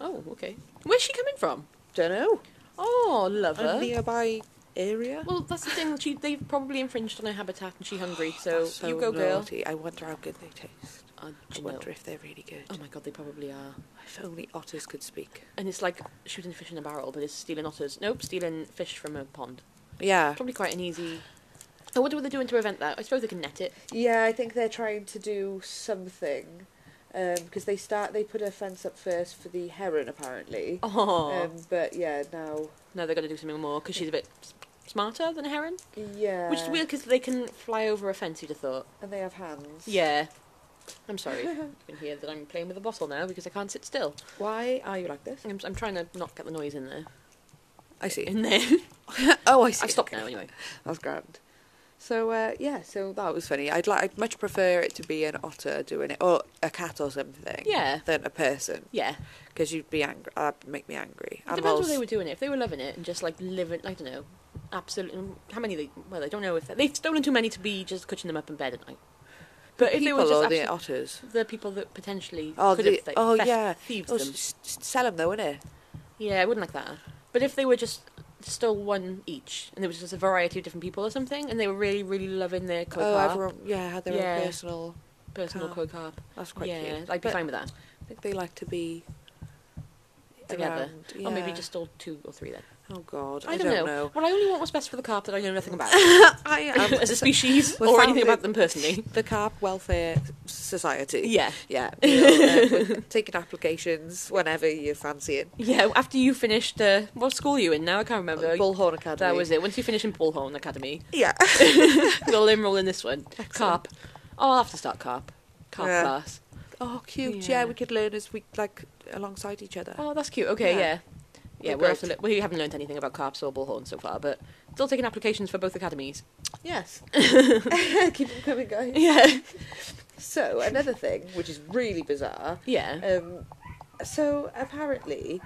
Speaker 2: Oh, okay. Where's she coming from?
Speaker 1: Don't know.
Speaker 2: Oh, love
Speaker 1: A
Speaker 2: her.
Speaker 1: nearby area.
Speaker 2: Well, that's the thing. She, they've probably infringed on her habitat, and she's hungry. So,
Speaker 1: That's so
Speaker 2: you go, girl.
Speaker 1: naughty. I wonder how good they taste.
Speaker 2: Oh,
Speaker 1: I
Speaker 2: do you know-
Speaker 1: wonder if they're really good.
Speaker 2: oh my god, they probably are.
Speaker 1: If only otters could speak.
Speaker 2: And it's like shooting fish in a barrel, but it's stealing otters. Nope, stealing fish from a pond.
Speaker 1: Yeah.
Speaker 2: Probably quite an easy. I wonder what they're doing to prevent that. I suppose they can net it.
Speaker 1: Yeah, I think they're trying to do something because they start they put a fence up first for the heron apparently.
Speaker 2: Oh.
Speaker 1: Um, but yeah, now
Speaker 2: no, they're going to do something more because she's a bit s- smarter than a heron.
Speaker 1: yeah,
Speaker 2: Which is weird because they can fly over a fence, you'd have thought.
Speaker 1: and they have hands.
Speaker 2: Yeah. I'm sorry. you can hear that I'm playing with a bottle now because I can't sit still.
Speaker 1: Why are you like this?
Speaker 2: I'm, I'm trying to not get the noise in there.
Speaker 1: I see.
Speaker 2: In there.
Speaker 1: oh, I
Speaker 2: I
Speaker 1: see.
Speaker 2: stopped now anyway.
Speaker 1: That's grand. So uh, yeah, so that was funny. I'd like. I'd much prefer it to be an otter doing it or a cat or something.
Speaker 2: Yeah.
Speaker 1: Than a person
Speaker 2: Yeah.
Speaker 1: because you'd be angry. That'd make me angry.
Speaker 2: It depends what they were doing. If they were loving it and just like living, I don't know, absolutely. How many they. Well, I don't know if they, they've stolen too many to be just cutting them up in bed at night. But if they were
Speaker 1: people
Speaker 2: just
Speaker 1: or the
Speaker 2: absolute-
Speaker 1: otters.
Speaker 2: the people that potentially
Speaker 1: Oh,
Speaker 2: could
Speaker 1: the-
Speaker 2: have like,
Speaker 1: oh,
Speaker 2: theft-
Speaker 1: yeah.
Speaker 2: thieves
Speaker 1: Oh,
Speaker 2: them.
Speaker 1: s- s- sell them though, innit?
Speaker 2: Yeah, I wouldn't like that. But if they were just stole one each, and there was just a variety of different people or something, and they were really, really loving their koi
Speaker 1: Oh,
Speaker 2: carp,
Speaker 1: everyone, yeah, had their
Speaker 2: Yeah.
Speaker 1: own personal.
Speaker 2: personal
Speaker 1: carp.
Speaker 2: koi carp.
Speaker 1: That's quite
Speaker 2: yeah,
Speaker 1: cute.
Speaker 2: I'd be
Speaker 1: But
Speaker 2: fine with that.
Speaker 1: I think they like to be
Speaker 2: Together.
Speaker 1: around,
Speaker 2: Or maybe
Speaker 1: yeah.
Speaker 2: just stole two or three then.
Speaker 1: Oh God,
Speaker 2: I, don't, know. Well, I only want what's best for the carp that I know nothing about um,
Speaker 1: I am
Speaker 2: as a species
Speaker 1: We're
Speaker 2: or
Speaker 1: founded-
Speaker 2: anything about them personally.
Speaker 1: the Carp Welfare Society.
Speaker 2: Yeah.
Speaker 1: yeah. We'll, uh, we're taking applications whenever you fancy it.
Speaker 2: Yeah, after you finished, uh, what school are you in now? I can't remember.
Speaker 1: Bullhorn Academy.
Speaker 2: that was it. Once you finish in Bullhorn Academy,
Speaker 1: Yeah.
Speaker 2: we'll enroll in this one. Carp. Oh, I'll have to start carp. Carp
Speaker 1: Yeah.
Speaker 2: class.
Speaker 1: Oh, cute. Yeah.
Speaker 2: Yeah.
Speaker 1: we could learn as we like alongside each other.
Speaker 2: Oh, that's cute. Okay,
Speaker 1: Yeah.
Speaker 2: yeah. Yeah,
Speaker 1: Well,
Speaker 2: we're after,
Speaker 1: great.
Speaker 2: we haven't learned anything about carps or bullhorn so far, but still taking applications for both academies.
Speaker 1: Yes. Keep them coming, guys.
Speaker 2: Yeah.
Speaker 1: So another thing, which is really bizarre,
Speaker 2: Yeah.
Speaker 1: Um, so apparently,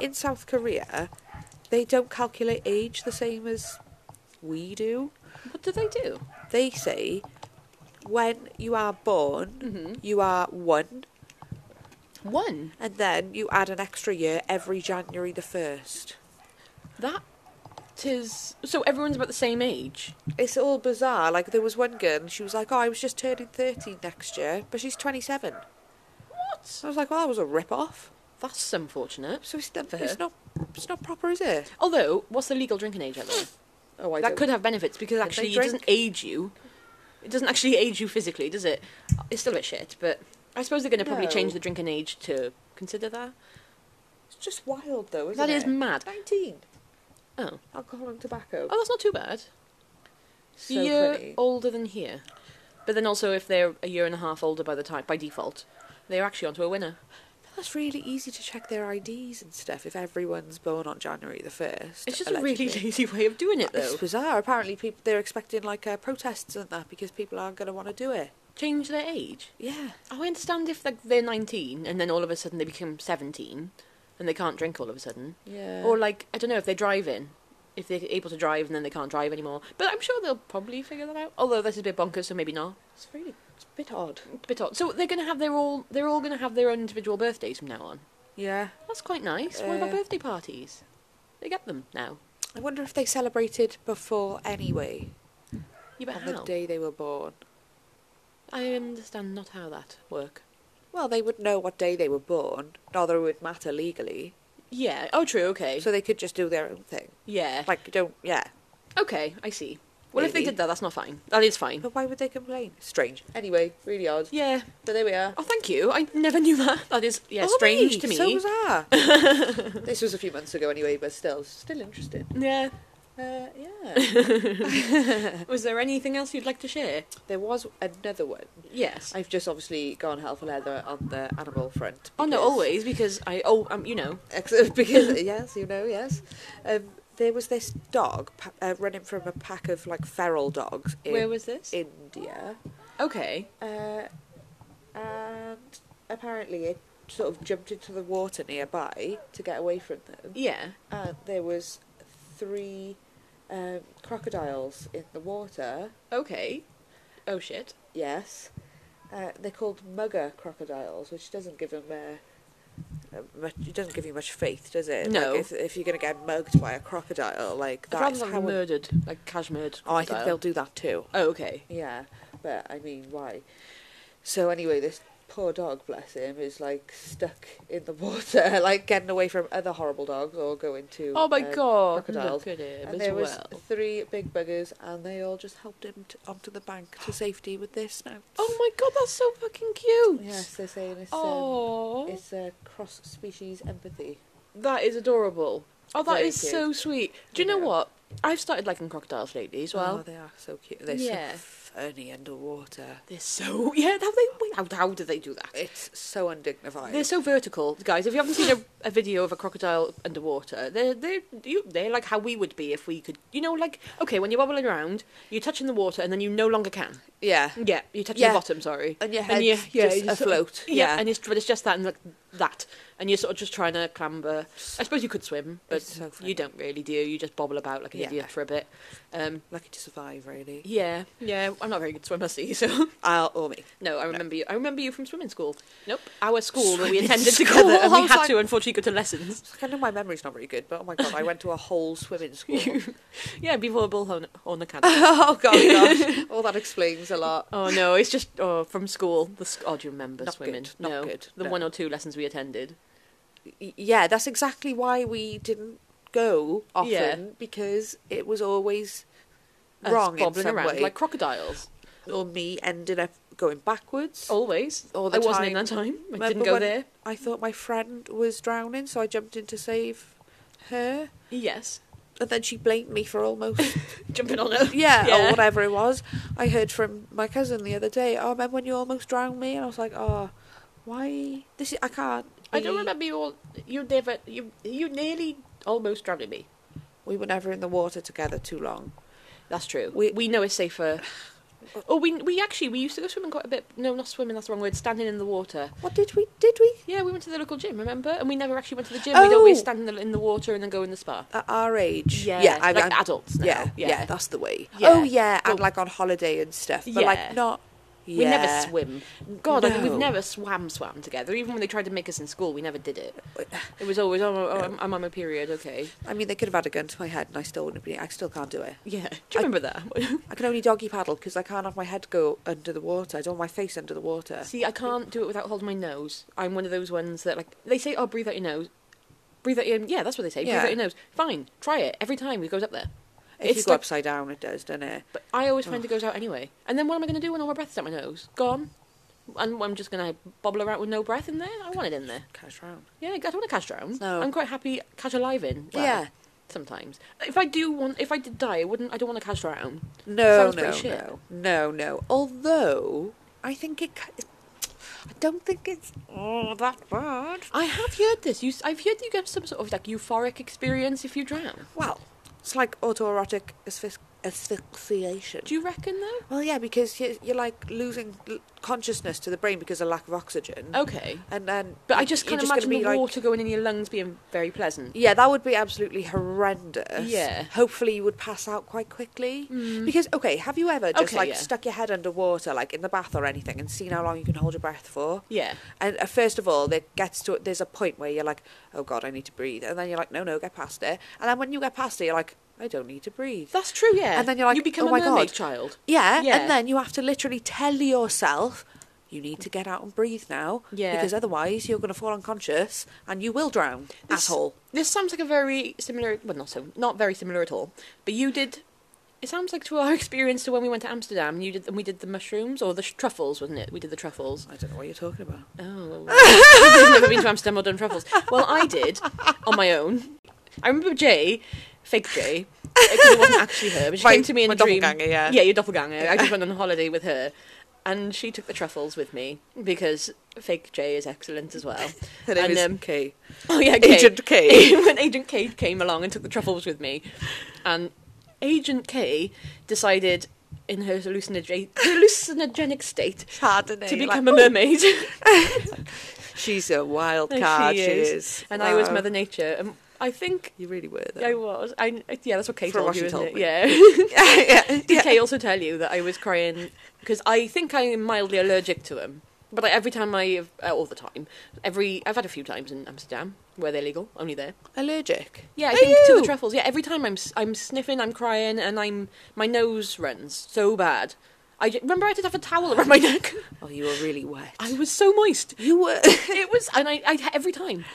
Speaker 1: in South Korea, they don't calculate age the same as we do.
Speaker 2: what do they do?
Speaker 1: They say when you are born,
Speaker 2: Mhm.
Speaker 1: you are one,
Speaker 2: One.
Speaker 1: and then you add an extra year every January the first.
Speaker 2: That is. So everyone's about the same age.
Speaker 1: It's all bizarre. Like there was one girl, and she was like, "Oh, I was just turning thirty next year," but she's twenty-seven.
Speaker 2: What?
Speaker 1: So I was like, "Well, that was a rip-off."
Speaker 2: That's unfortunate.
Speaker 1: So it's not,
Speaker 2: For her.
Speaker 1: it's not, it's not proper, is it?
Speaker 2: Although, what's the legal drinking age at though?
Speaker 1: Oh, I
Speaker 2: that could have benefits because
Speaker 1: they
Speaker 2: actually it
Speaker 1: drink?
Speaker 2: doesn't age you. It doesn't actually age you physically, does it? It's still a bit shit, but I suppose they're going to probably
Speaker 1: No.
Speaker 2: change the drinking age to consider that.
Speaker 1: It's just wild, though, isn't
Speaker 2: That
Speaker 1: it?
Speaker 2: is mad.
Speaker 1: Nineteen.
Speaker 2: Oh.
Speaker 1: Alcohol and tobacco.
Speaker 2: Oh, that's not too bad.
Speaker 1: So
Speaker 2: year
Speaker 1: pretty.
Speaker 2: older than here. But then also, if they're a year and a half older by the time by default, they're actually onto a winner.
Speaker 1: That's really easy to check their IDs and stuff if everyone's born on January the 1st.
Speaker 2: It's just a really
Speaker 1: allegedly.
Speaker 2: lazy way of doing it,
Speaker 1: It's
Speaker 2: though.
Speaker 1: bizarre. Apparently, people they're expecting like uh, protests and that because people aren't going to want to do it.
Speaker 2: Change their age.
Speaker 1: Yeah.
Speaker 2: Oh, I understand if like, they're 19 and then all of a sudden they become 17 and they can't drink all of a sudden.
Speaker 1: Yeah.
Speaker 2: Or like I don't know if they're driving, if they're able to drive and then they can't drive anymore. But I'm sure they'll probably figure that out. Although this is a bit bonkers, so maybe not.
Speaker 1: it's really it's a bit odd.
Speaker 2: Bit odd. So they're gonna have their all. They're all gonna have their own individual birthdays from now on.
Speaker 1: Yeah.
Speaker 2: That's quite nice. what about
Speaker 1: Uh,
Speaker 2: birthday parties? They get them now.
Speaker 1: I wonder if they celebrated before anyway
Speaker 2: You bet
Speaker 1: on the
Speaker 2: how.
Speaker 1: day they were born.
Speaker 2: I understand not how that work.
Speaker 1: Well, they would know what day they were born, neither would matter legally,
Speaker 2: Yeah. Oh, true. Okay. Eh.
Speaker 1: so they could just do their own thing.
Speaker 2: yeah.
Speaker 1: Like you don't, yeah.
Speaker 2: okay. I see. Well, if they
Speaker 1: Maybe.
Speaker 2: did that, that's not fine. That is fine.
Speaker 1: But why would they complain? Strange. Anyway, really odd.
Speaker 2: Yeah.
Speaker 1: But there we are.
Speaker 2: Oh, thank you. I never knew that. That is yeah, strange to me.
Speaker 1: So bizarre. this was a few months ago, anyway, but still, still interesting.
Speaker 2: yeah.
Speaker 1: Uh, yeah.
Speaker 2: Was there anything else you'd like to share?
Speaker 1: there was another one.
Speaker 2: Yes.
Speaker 1: I've just obviously gone hell for leather on the animal front.
Speaker 2: oh no,
Speaker 1: because-
Speaker 2: always because I oh um you know
Speaker 1: Ex- because yes, you know, yes. Um, there was this dog pa- uh, running from a pack of like feral dogs in
Speaker 2: where was this?
Speaker 1: India,
Speaker 2: okay.
Speaker 1: uh, and apparently it sort of jumped into the water nearby to get away from them.
Speaker 2: Yeah.
Speaker 1: and there was three um, crocodiles in the water.
Speaker 2: Okay. Oh shit.
Speaker 1: Yes, uh, they're called mugger crocodiles, which doesn't give them uh, uh, much. It doesn't give you much faith, does it?
Speaker 2: No.
Speaker 1: Like if, if you're going to get mugged by a crocodile, like
Speaker 2: I'd rather
Speaker 1: that's
Speaker 2: have
Speaker 1: how.
Speaker 2: them
Speaker 1: it-
Speaker 2: murdered, like cash murdered.
Speaker 1: oh, I think
Speaker 2: crocodile.
Speaker 1: they'll do that too.
Speaker 2: Oh okay.
Speaker 1: Yeah, but I mean, why? So anyway, this poor dog, bless him, is like stuck in the water, like getting away from other horrible dogs or going to.
Speaker 2: Oh my
Speaker 1: uh,
Speaker 2: god.
Speaker 1: crocodiles.
Speaker 2: Look at him
Speaker 1: And
Speaker 2: as
Speaker 1: there
Speaker 2: well.
Speaker 1: was three big buggers, and they all just helped him t- onto the bank to safety with their snouts.
Speaker 2: Oh my god, that's so fucking cute.
Speaker 1: Yes, they're saying it's um,
Speaker 2: Oh,
Speaker 1: it's uh, cross-species empathy.
Speaker 2: that is adorable. Oh, that
Speaker 1: Very
Speaker 2: is
Speaker 1: cute.
Speaker 2: so sweet. Do you know
Speaker 1: Yeah.
Speaker 2: what? I've started liking crocodiles lately as well.
Speaker 1: oh, they are so cute. They're
Speaker 2: Yeah.
Speaker 1: so funny underwater.
Speaker 2: They're so yeah. How they wait, how, how do they do that?
Speaker 1: It's so undignified.
Speaker 2: They're so vertical, guys. If you haven't seen a, a video of a crocodile underwater, they're they you they're like how we would be if we could. You know, like okay, when you're wobbling around, you're touching the water and then you no longer can.
Speaker 1: yeah,
Speaker 2: Yeah, you're touching
Speaker 1: Yeah.
Speaker 2: the bottom. Sorry.
Speaker 1: and your head's
Speaker 2: And you- yeah,
Speaker 1: just
Speaker 2: you sort of-
Speaker 1: afloat.
Speaker 2: Yeah, and it's but it's just that and like that, and you're sort of just trying to clamber. I suppose you could swim, but
Speaker 1: It's so funny.
Speaker 2: you don't really do. You just bobble about like an
Speaker 1: Yeah.
Speaker 2: idiot for a bit. Um,
Speaker 1: lucky to survive, really.
Speaker 2: yeah, yeah. I'm not a very good swimmer, see. So
Speaker 1: I'll oh, or me.
Speaker 2: no, I remember you. I remember you from swimming school. Nope, our school that we
Speaker 1: Swimming
Speaker 2: attended
Speaker 1: school,
Speaker 2: together, and
Speaker 1: I
Speaker 2: we
Speaker 1: was
Speaker 2: had
Speaker 1: like-
Speaker 2: to unfortunately go to lessons.
Speaker 1: It's like, I know my memory's not very good, but oh my god, I went to a whole swimming school.
Speaker 2: Yeah, before Bullhorn Horn Academy.
Speaker 1: oh god, gosh, all that explains a lot.
Speaker 2: oh no, it's just oh from school. The sc- oh, do you remember
Speaker 1: Not
Speaker 2: swimming?
Speaker 1: good, not
Speaker 2: no,
Speaker 1: good,
Speaker 2: the
Speaker 1: no.
Speaker 2: one or two lessons we attended.
Speaker 1: Y- yeah, that's exactly why we didn't go often
Speaker 2: Yeah.
Speaker 1: because it was always
Speaker 2: Us
Speaker 1: wrong in
Speaker 2: bobbling
Speaker 1: some
Speaker 2: around
Speaker 1: way.
Speaker 2: like crocodiles.
Speaker 1: or me ended up going backwards.
Speaker 2: Always.
Speaker 1: All the
Speaker 2: I wasn't in
Speaker 1: time.
Speaker 2: that time. I
Speaker 1: Remember
Speaker 2: didn't go
Speaker 1: when
Speaker 2: there.
Speaker 1: Oh. I thought my friend was drowning, so I jumped in to save her,
Speaker 2: Yes.
Speaker 1: and then she blamed me for almost
Speaker 2: Jumping on her.
Speaker 1: yeah,
Speaker 2: Yeah.
Speaker 1: or whatever it was. I heard from my cousin the other day. Oh, remember when you almost drowned me? And I was like, oh, why? This is, I can't.
Speaker 2: I don't
Speaker 1: be-
Speaker 2: remember you all. You never. You you nearly almost drowned me.
Speaker 1: We were never in the water together too long.
Speaker 2: That's true. We
Speaker 1: We-
Speaker 2: we know it's safer. Oh, we we actually we used to go swimming quite a bit. No, not swimming. That's the wrong word. Standing in the water.
Speaker 1: What did we? Did we?
Speaker 2: Yeah, we went to the local gym. Remember? And we never actually went to the gym. We'd always
Speaker 1: Oh.
Speaker 2: stand in the, in the water and then go in the spa.
Speaker 1: At our age,
Speaker 2: Yeah,
Speaker 1: yeah, I-
Speaker 2: like
Speaker 1: I'm-
Speaker 2: adults. Now.
Speaker 1: yeah, yeah,
Speaker 2: yeah.
Speaker 1: that's the way.
Speaker 2: Yeah.
Speaker 1: Oh yeah, and
Speaker 2: Well-
Speaker 1: like on holiday and stuff, but
Speaker 2: Yeah.
Speaker 1: like not.
Speaker 2: We never
Speaker 1: yeah.
Speaker 2: swim. God, like, we've
Speaker 1: No.
Speaker 2: never swam swam together. Even when they tried to make us in school, we never did it. It was always, oh, oh, I'm, I'm on my period, okay.
Speaker 1: I mean, they could have had a gun to my head, and I still wouldn't be. I still can't do it.
Speaker 2: Yeah. Do you
Speaker 1: I-
Speaker 2: remember that?
Speaker 1: I can only doggy paddle because I can't have my head go under the water. I don't want my face under the water.
Speaker 2: See, I can't do it without holding my nose. I'm one of those ones that, like, they say, oh, breathe out your nose. Breathe out your Yeah, that's what they say. Breathe
Speaker 1: Yeah.
Speaker 2: out your nose. Fine. Try it. Every time it goes up there.
Speaker 1: If you
Speaker 2: it's
Speaker 1: go
Speaker 2: like-
Speaker 1: upside down, it does, doesn't it?
Speaker 2: But I always find it goes out anyway. And then what am I going to do when all my breath's out my nose? Gone. And I'm just going to bobble around with no breath in there. I want it in there.
Speaker 1: Cash round.
Speaker 2: Yeah, I don't want to catch drown.
Speaker 1: No.
Speaker 2: I'm quite happy catch alive in. Well,
Speaker 1: yeah,
Speaker 2: Sometimes, if I do want, if I did die, I wouldn't. I don't want to cash that out.
Speaker 1: No,
Speaker 2: Sounds
Speaker 1: no,
Speaker 2: pretty shit.
Speaker 1: no, no, no. Although I think it, ki- I don't think it's oh, that bad.
Speaker 2: I have heard this. You, s- I've heard you get some sort of like euphoric experience if you drown.
Speaker 1: Well, it's like autoerotic asphy- asphyxiation.
Speaker 2: Do you reckon though?
Speaker 1: well, yeah, because you're, you're like losing l- consciousness to the brain because of lack of oxygen,
Speaker 2: Okay,
Speaker 1: and then.
Speaker 2: Oh. but I
Speaker 1: you-
Speaker 2: just
Speaker 1: you're
Speaker 2: can't
Speaker 1: gonna
Speaker 2: imagine
Speaker 1: be
Speaker 2: the
Speaker 1: like-
Speaker 2: water going in your lungs being very pleasant.
Speaker 1: Yeah, that would be absolutely horrendous.
Speaker 2: Yeah. Mm-hmm.
Speaker 1: Hopefully, you would pass out quite quickly.
Speaker 2: Mm.
Speaker 1: Because, okay, have you ever just
Speaker 2: Okay,
Speaker 1: like
Speaker 2: yeah.
Speaker 1: stuck your head underwater, like in the bath or anything, and seen how long you can hold your breath for?
Speaker 2: Yeah.
Speaker 1: And uh, first of all, it gets to there's a point where you're like, oh god, I need to breathe, and then you're like, no, no, get past it, and then when you get past it, you're like, I don't need to breathe.
Speaker 2: That's true. Yeah.
Speaker 1: And then you're like,
Speaker 2: you become
Speaker 1: "Oh
Speaker 2: a
Speaker 1: my
Speaker 2: mermaid
Speaker 1: God."
Speaker 2: child.
Speaker 1: Yeah,
Speaker 2: Yeah.
Speaker 1: and then you have to literally tell yourself. You need to get out and breathe now,
Speaker 2: Yeah.
Speaker 1: because otherwise you're going to fall unconscious and you will drown,
Speaker 2: This-
Speaker 1: asshole.
Speaker 2: This sounds like a very similar, well, not so, not very similar at all. But you did. It sounds like to our experience to when we went to Amsterdam. You did, and we did the mushrooms or the sh- truffles, wasn't it? We did the truffles.
Speaker 1: I don't know what you're talking about.
Speaker 2: Oh, I've never been to Amsterdam or done truffles. Well, I did on my own. I remember Jay, fake Jay, because it wasn't actually her, but she
Speaker 1: My-
Speaker 2: came to me in
Speaker 1: my
Speaker 2: a dream.
Speaker 1: doppelganger, yeah.
Speaker 2: yeah, your doppelganger. I just went on holiday with her, and she took the truffles with me because fake Jay is excellent as well.
Speaker 1: Her name
Speaker 2: and
Speaker 1: is
Speaker 2: um,
Speaker 1: Kay.
Speaker 2: Oh yeah, Kate.
Speaker 1: Agent K.
Speaker 2: when Agent K came along and took the truffles with me, and Agent K decided in her hallucinogen- hallucinogenic state
Speaker 1: It's hard, isn't it?
Speaker 2: to
Speaker 1: You're
Speaker 2: become
Speaker 1: like,
Speaker 2: a mermaid.
Speaker 1: "Oh, She's a wild
Speaker 2: And
Speaker 1: card.
Speaker 2: she
Speaker 1: She
Speaker 2: is.
Speaker 1: is.
Speaker 2: and I was
Speaker 1: Wow.
Speaker 2: Mother Nature, and I think
Speaker 1: You really were.
Speaker 2: I
Speaker 1: Though.
Speaker 2: was. I yeah, that's what Kate
Speaker 1: From
Speaker 2: told
Speaker 1: what
Speaker 2: you,
Speaker 1: she
Speaker 2: isn't
Speaker 1: told
Speaker 2: it?
Speaker 1: me.
Speaker 2: Yeah.
Speaker 1: yeah,
Speaker 2: Did Kay also tell you that I was crying because I think I am mildly allergic to them. But like every time I, uh, all the time, every I've had a few times in Amsterdam where they're legal, only there.
Speaker 1: Allergic.
Speaker 2: Yeah, I
Speaker 1: Are
Speaker 2: think to the
Speaker 1: you?
Speaker 2: truffles. Yeah, every time I'm s- I'm sniffing, I'm crying, and I'm my nose runs so bad. I j- remember I did have a towel around my neck.
Speaker 1: Oh, you were really wet.
Speaker 2: I was so moist.
Speaker 1: you were.
Speaker 2: It was, and I, I every time.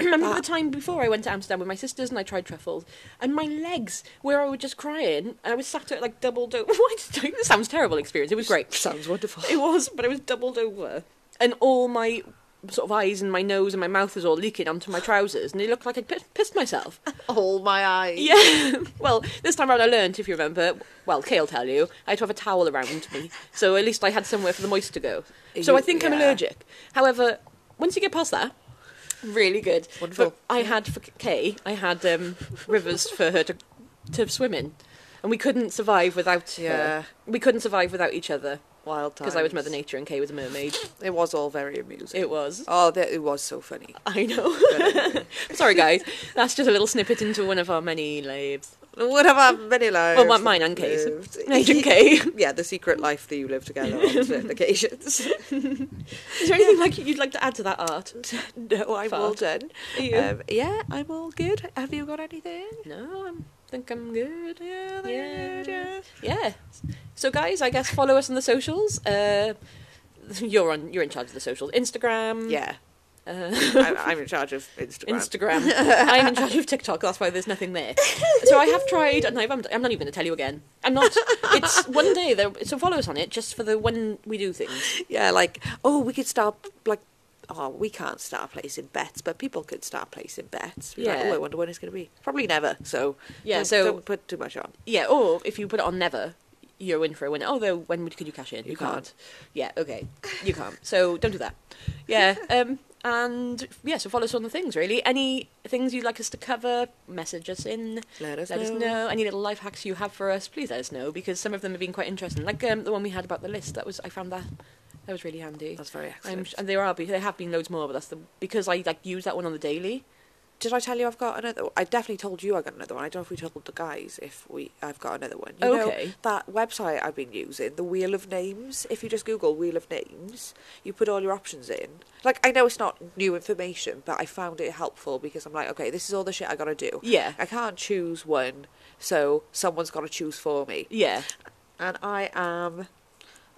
Speaker 2: Ah. I remember the
Speaker 1: That-
Speaker 2: time before I went to Amsterdam with my sisters and I tried truffles, and my legs where I was just crying, and I was sat at like doubled over. Why did I, this sounds terrible experience? It was great.
Speaker 1: Sounds wonderful.
Speaker 2: It was, but I was doubled over, and all my sort of eyes and my nose and my mouth was all leaking onto my trousers, and it looked like I'd pi- pissed myself.
Speaker 1: All my eyes.
Speaker 2: Yeah. Well, this time around I learnt, if you remember, well, Kay'll tell you, I had to have a towel around me. So at least I had somewhere for the moist to go. So
Speaker 1: You-
Speaker 2: I think I'm
Speaker 1: yeah.
Speaker 2: allergic. However, once you get past that, really good.
Speaker 1: Wonderful.
Speaker 2: But I had for Kay, I had um, rivers for her to, to swim in. And we couldn't survive without
Speaker 1: Yeah.
Speaker 2: her. We couldn't survive without each other
Speaker 1: Wild times.
Speaker 2: because I was Mother Nature and Kay was a mermaid.
Speaker 1: It was all very amusing.
Speaker 2: It was.
Speaker 1: Oh, that, it was so funny. um,
Speaker 2: I know. Sorry, guys. That's just a little snippet into one of our many lives.
Speaker 1: What about many lives?
Speaker 2: Well, my- mine and Kay's.
Speaker 1: lived?
Speaker 2: Agent K.
Speaker 1: Yeah, the secret life that you live together on certain occasions.
Speaker 2: Is there anything like you'd like to add to that art?
Speaker 1: no, I'm all done.
Speaker 2: Um,
Speaker 1: Um, yeah, I'm all good. Have you got anything?
Speaker 2: no, I think I'm good. Yeah,
Speaker 1: Yeah.
Speaker 2: yeah. Yeah. So, guys, I guess follow us on the socials. Uh, you're on. You're in charge of the socials. Instagram.
Speaker 1: Yeah,
Speaker 2: Uh,
Speaker 1: I'm, I'm in charge of Instagram.
Speaker 2: Instagram. I'm in charge of TikTok. That's why there's nothing there. So I have tried, and I've, I'm, I'm not even going to tell you again. I'm not. It's one day. Though, so follow us on it just for the when we do things.
Speaker 1: Yeah, like oh, we could start like oh, we can't start placing bets, but people could start placing bets. Be like,
Speaker 2: Yeah.
Speaker 1: oh, I wonder when it's going to be. Probably never. So
Speaker 2: Yeah,
Speaker 1: don't,
Speaker 2: so-
Speaker 1: don't put too much on.
Speaker 2: Yeah. Or if you put it on never, you're in for a win. Although when would- could you cash in?
Speaker 1: You can't.
Speaker 2: Yeah. Okay. You can't. So don't do that. Yeah. Um. And yeah. So follow us on the things. Really. Any things you'd like us to cover? Message us in.
Speaker 1: Let us
Speaker 2: Let
Speaker 1: know.
Speaker 2: us know any little life hacks you have for us. Please let us know because some of them have been quite interesting. Like um, the one we had about the list. That was I found that that was really handy.
Speaker 1: That's very
Speaker 2: I'm,
Speaker 1: excellent.
Speaker 2: sh- and there are be- there have been loads more, but that's the because I like use that one on the daily.
Speaker 1: Did I tell you I've got another? I definitely told you I got another one. I don't know if we told the guys if we I've got another one. You
Speaker 2: Okay.
Speaker 1: Know, that website I've been using, the Wheel of Names. If you just Google Wheel of Names, you put all your options in. Like I know it's not new information, but I found it helpful because I'm like, okay, this is all the shit I gotta do.
Speaker 2: Yeah.
Speaker 1: I can't choose one, so someone's gotta choose for me.
Speaker 2: Yeah.
Speaker 1: And I am,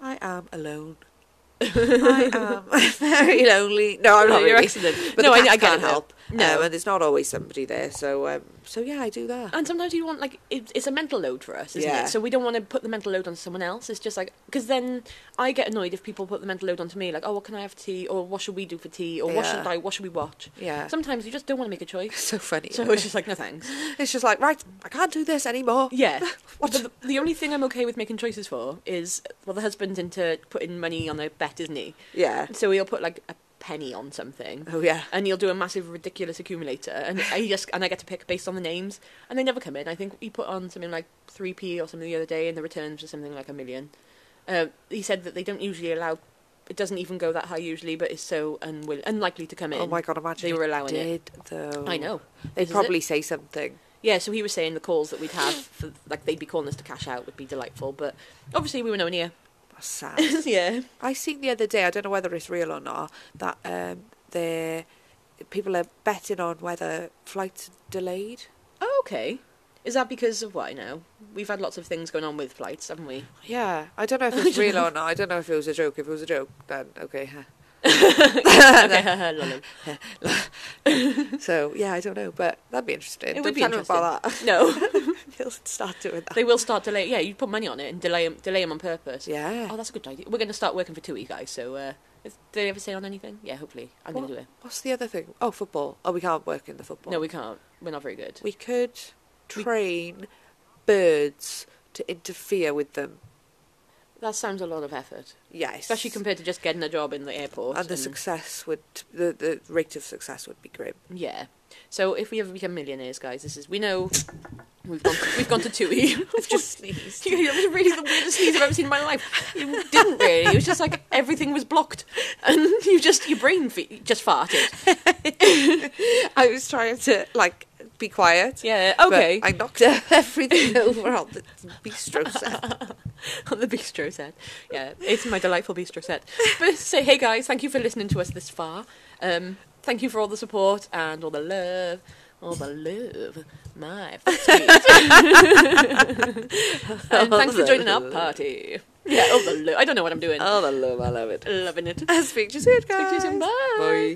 Speaker 1: I am alone. I am very lonely. No, I'm not
Speaker 2: You're
Speaker 1: really.
Speaker 2: excellent.
Speaker 1: But
Speaker 2: No,
Speaker 1: the
Speaker 2: I-
Speaker 1: cats
Speaker 2: I get
Speaker 1: can't
Speaker 2: it.
Speaker 1: help.
Speaker 2: No.
Speaker 1: um, and there's not always somebody there. So, um, so yeah, I do that.
Speaker 2: And sometimes you want like it, it's a mental load for us, isn't
Speaker 1: Yeah.
Speaker 2: it? So we don't want to put the mental load on someone else. It's just like because then I get annoyed if people put the mental load onto me, like, oh, what can I have for tea, or what should we do for tea, or what
Speaker 1: Yeah.
Speaker 2: should I, what should we watch?
Speaker 1: Yeah,
Speaker 2: Sometimes you just don't want to make a choice,
Speaker 1: so funny.
Speaker 2: so it's just like no thanks.
Speaker 1: it's just like right, I can't do this anymore.
Speaker 2: Yeah.
Speaker 1: What?
Speaker 2: But the, the only thing I'm okay with making choices for is well, the husband's into putting money on a bet, isn't he?
Speaker 1: Yeah.
Speaker 2: So he'll put like a penny on something.
Speaker 1: Oh yeah.
Speaker 2: And he'll do a massive, ridiculous accumulator, and I just and I get to pick based on the names, and they never come in. I think he put on something like three p or something the other day, and the returns were something like a million. Uh, he said that they don't usually allow, it doesn't even go that high usually, but it's so unwill- unlikely to come in.
Speaker 1: Oh my god, imagine
Speaker 2: They
Speaker 1: you
Speaker 2: were allowing it.
Speaker 1: did though.
Speaker 2: I know.
Speaker 1: They
Speaker 2: This is it.
Speaker 1: probably say something.
Speaker 2: Yeah, so he was saying the calls that we'd have, for, like they'd be calling us to cash out, would be delightful. But obviously, we were no one here.
Speaker 1: That's sad.
Speaker 2: yeah,
Speaker 1: I seen the other day. I don't know whether it's real or not. That um, they people are betting on whether flights are delayed.
Speaker 2: Oh, okay. Is that because of what I know? We've had lots of things going on with flights, haven't we?
Speaker 1: Yeah, I don't know if it's real or not. I don't know if it was a joke. If it was a joke, then okay. huh.
Speaker 2: okay, lol.
Speaker 1: So yeah, I don't know, but that'd be interesting.
Speaker 2: It
Speaker 1: don't
Speaker 2: would be
Speaker 1: tell them about that.
Speaker 2: no,
Speaker 1: They'll start doing that.
Speaker 2: they will start delay. Yeah, you put money on it and delay them, delay 'em on purpose.
Speaker 1: Yeah.
Speaker 2: Oh, that's a good idea. We're going to start working for Tui, guys. So, uh, if they ever say on anything, yeah, hopefully, I'm going to do it.
Speaker 1: What's the other thing? Oh, football. Oh, we can't work in the football.
Speaker 2: No, we can't. We're not very good.
Speaker 1: We could
Speaker 2: We-
Speaker 1: train birds to interfere with them.
Speaker 2: That sounds a lot of effort,
Speaker 1: Yes,
Speaker 2: especially compared to just getting a job in the airport.
Speaker 1: and the success would the the rate of success would be grim.
Speaker 2: Yeah. So if we ever become millionaires, guys, this is we know we've gone we've gone to Tui.
Speaker 1: I've just sneezed.
Speaker 2: You- That was really the weirdest sneeze I've ever seen in my life. You didn't really. It was just like everything was blocked, and you just your brain fe- just farted.
Speaker 1: I was trying to like be quiet.
Speaker 2: Yeah.
Speaker 1: but
Speaker 2: Okay.
Speaker 1: I knocked everything over on the bistro set.
Speaker 2: on the bistro set. Yeah, it's my delightful bistro set. But say, hey guys, thank you for listening to us this far. Um, thank you for all the support and all the love. All the love. My, that's sweet. and Um, thanks for joining our party. Yeah, all the love. I don't know what I'm doing.
Speaker 1: Oh, I love, I love it.
Speaker 2: Loving it.
Speaker 1: Speak to you soon, guys.
Speaker 2: Speak to you soon. Bye.
Speaker 1: Bye.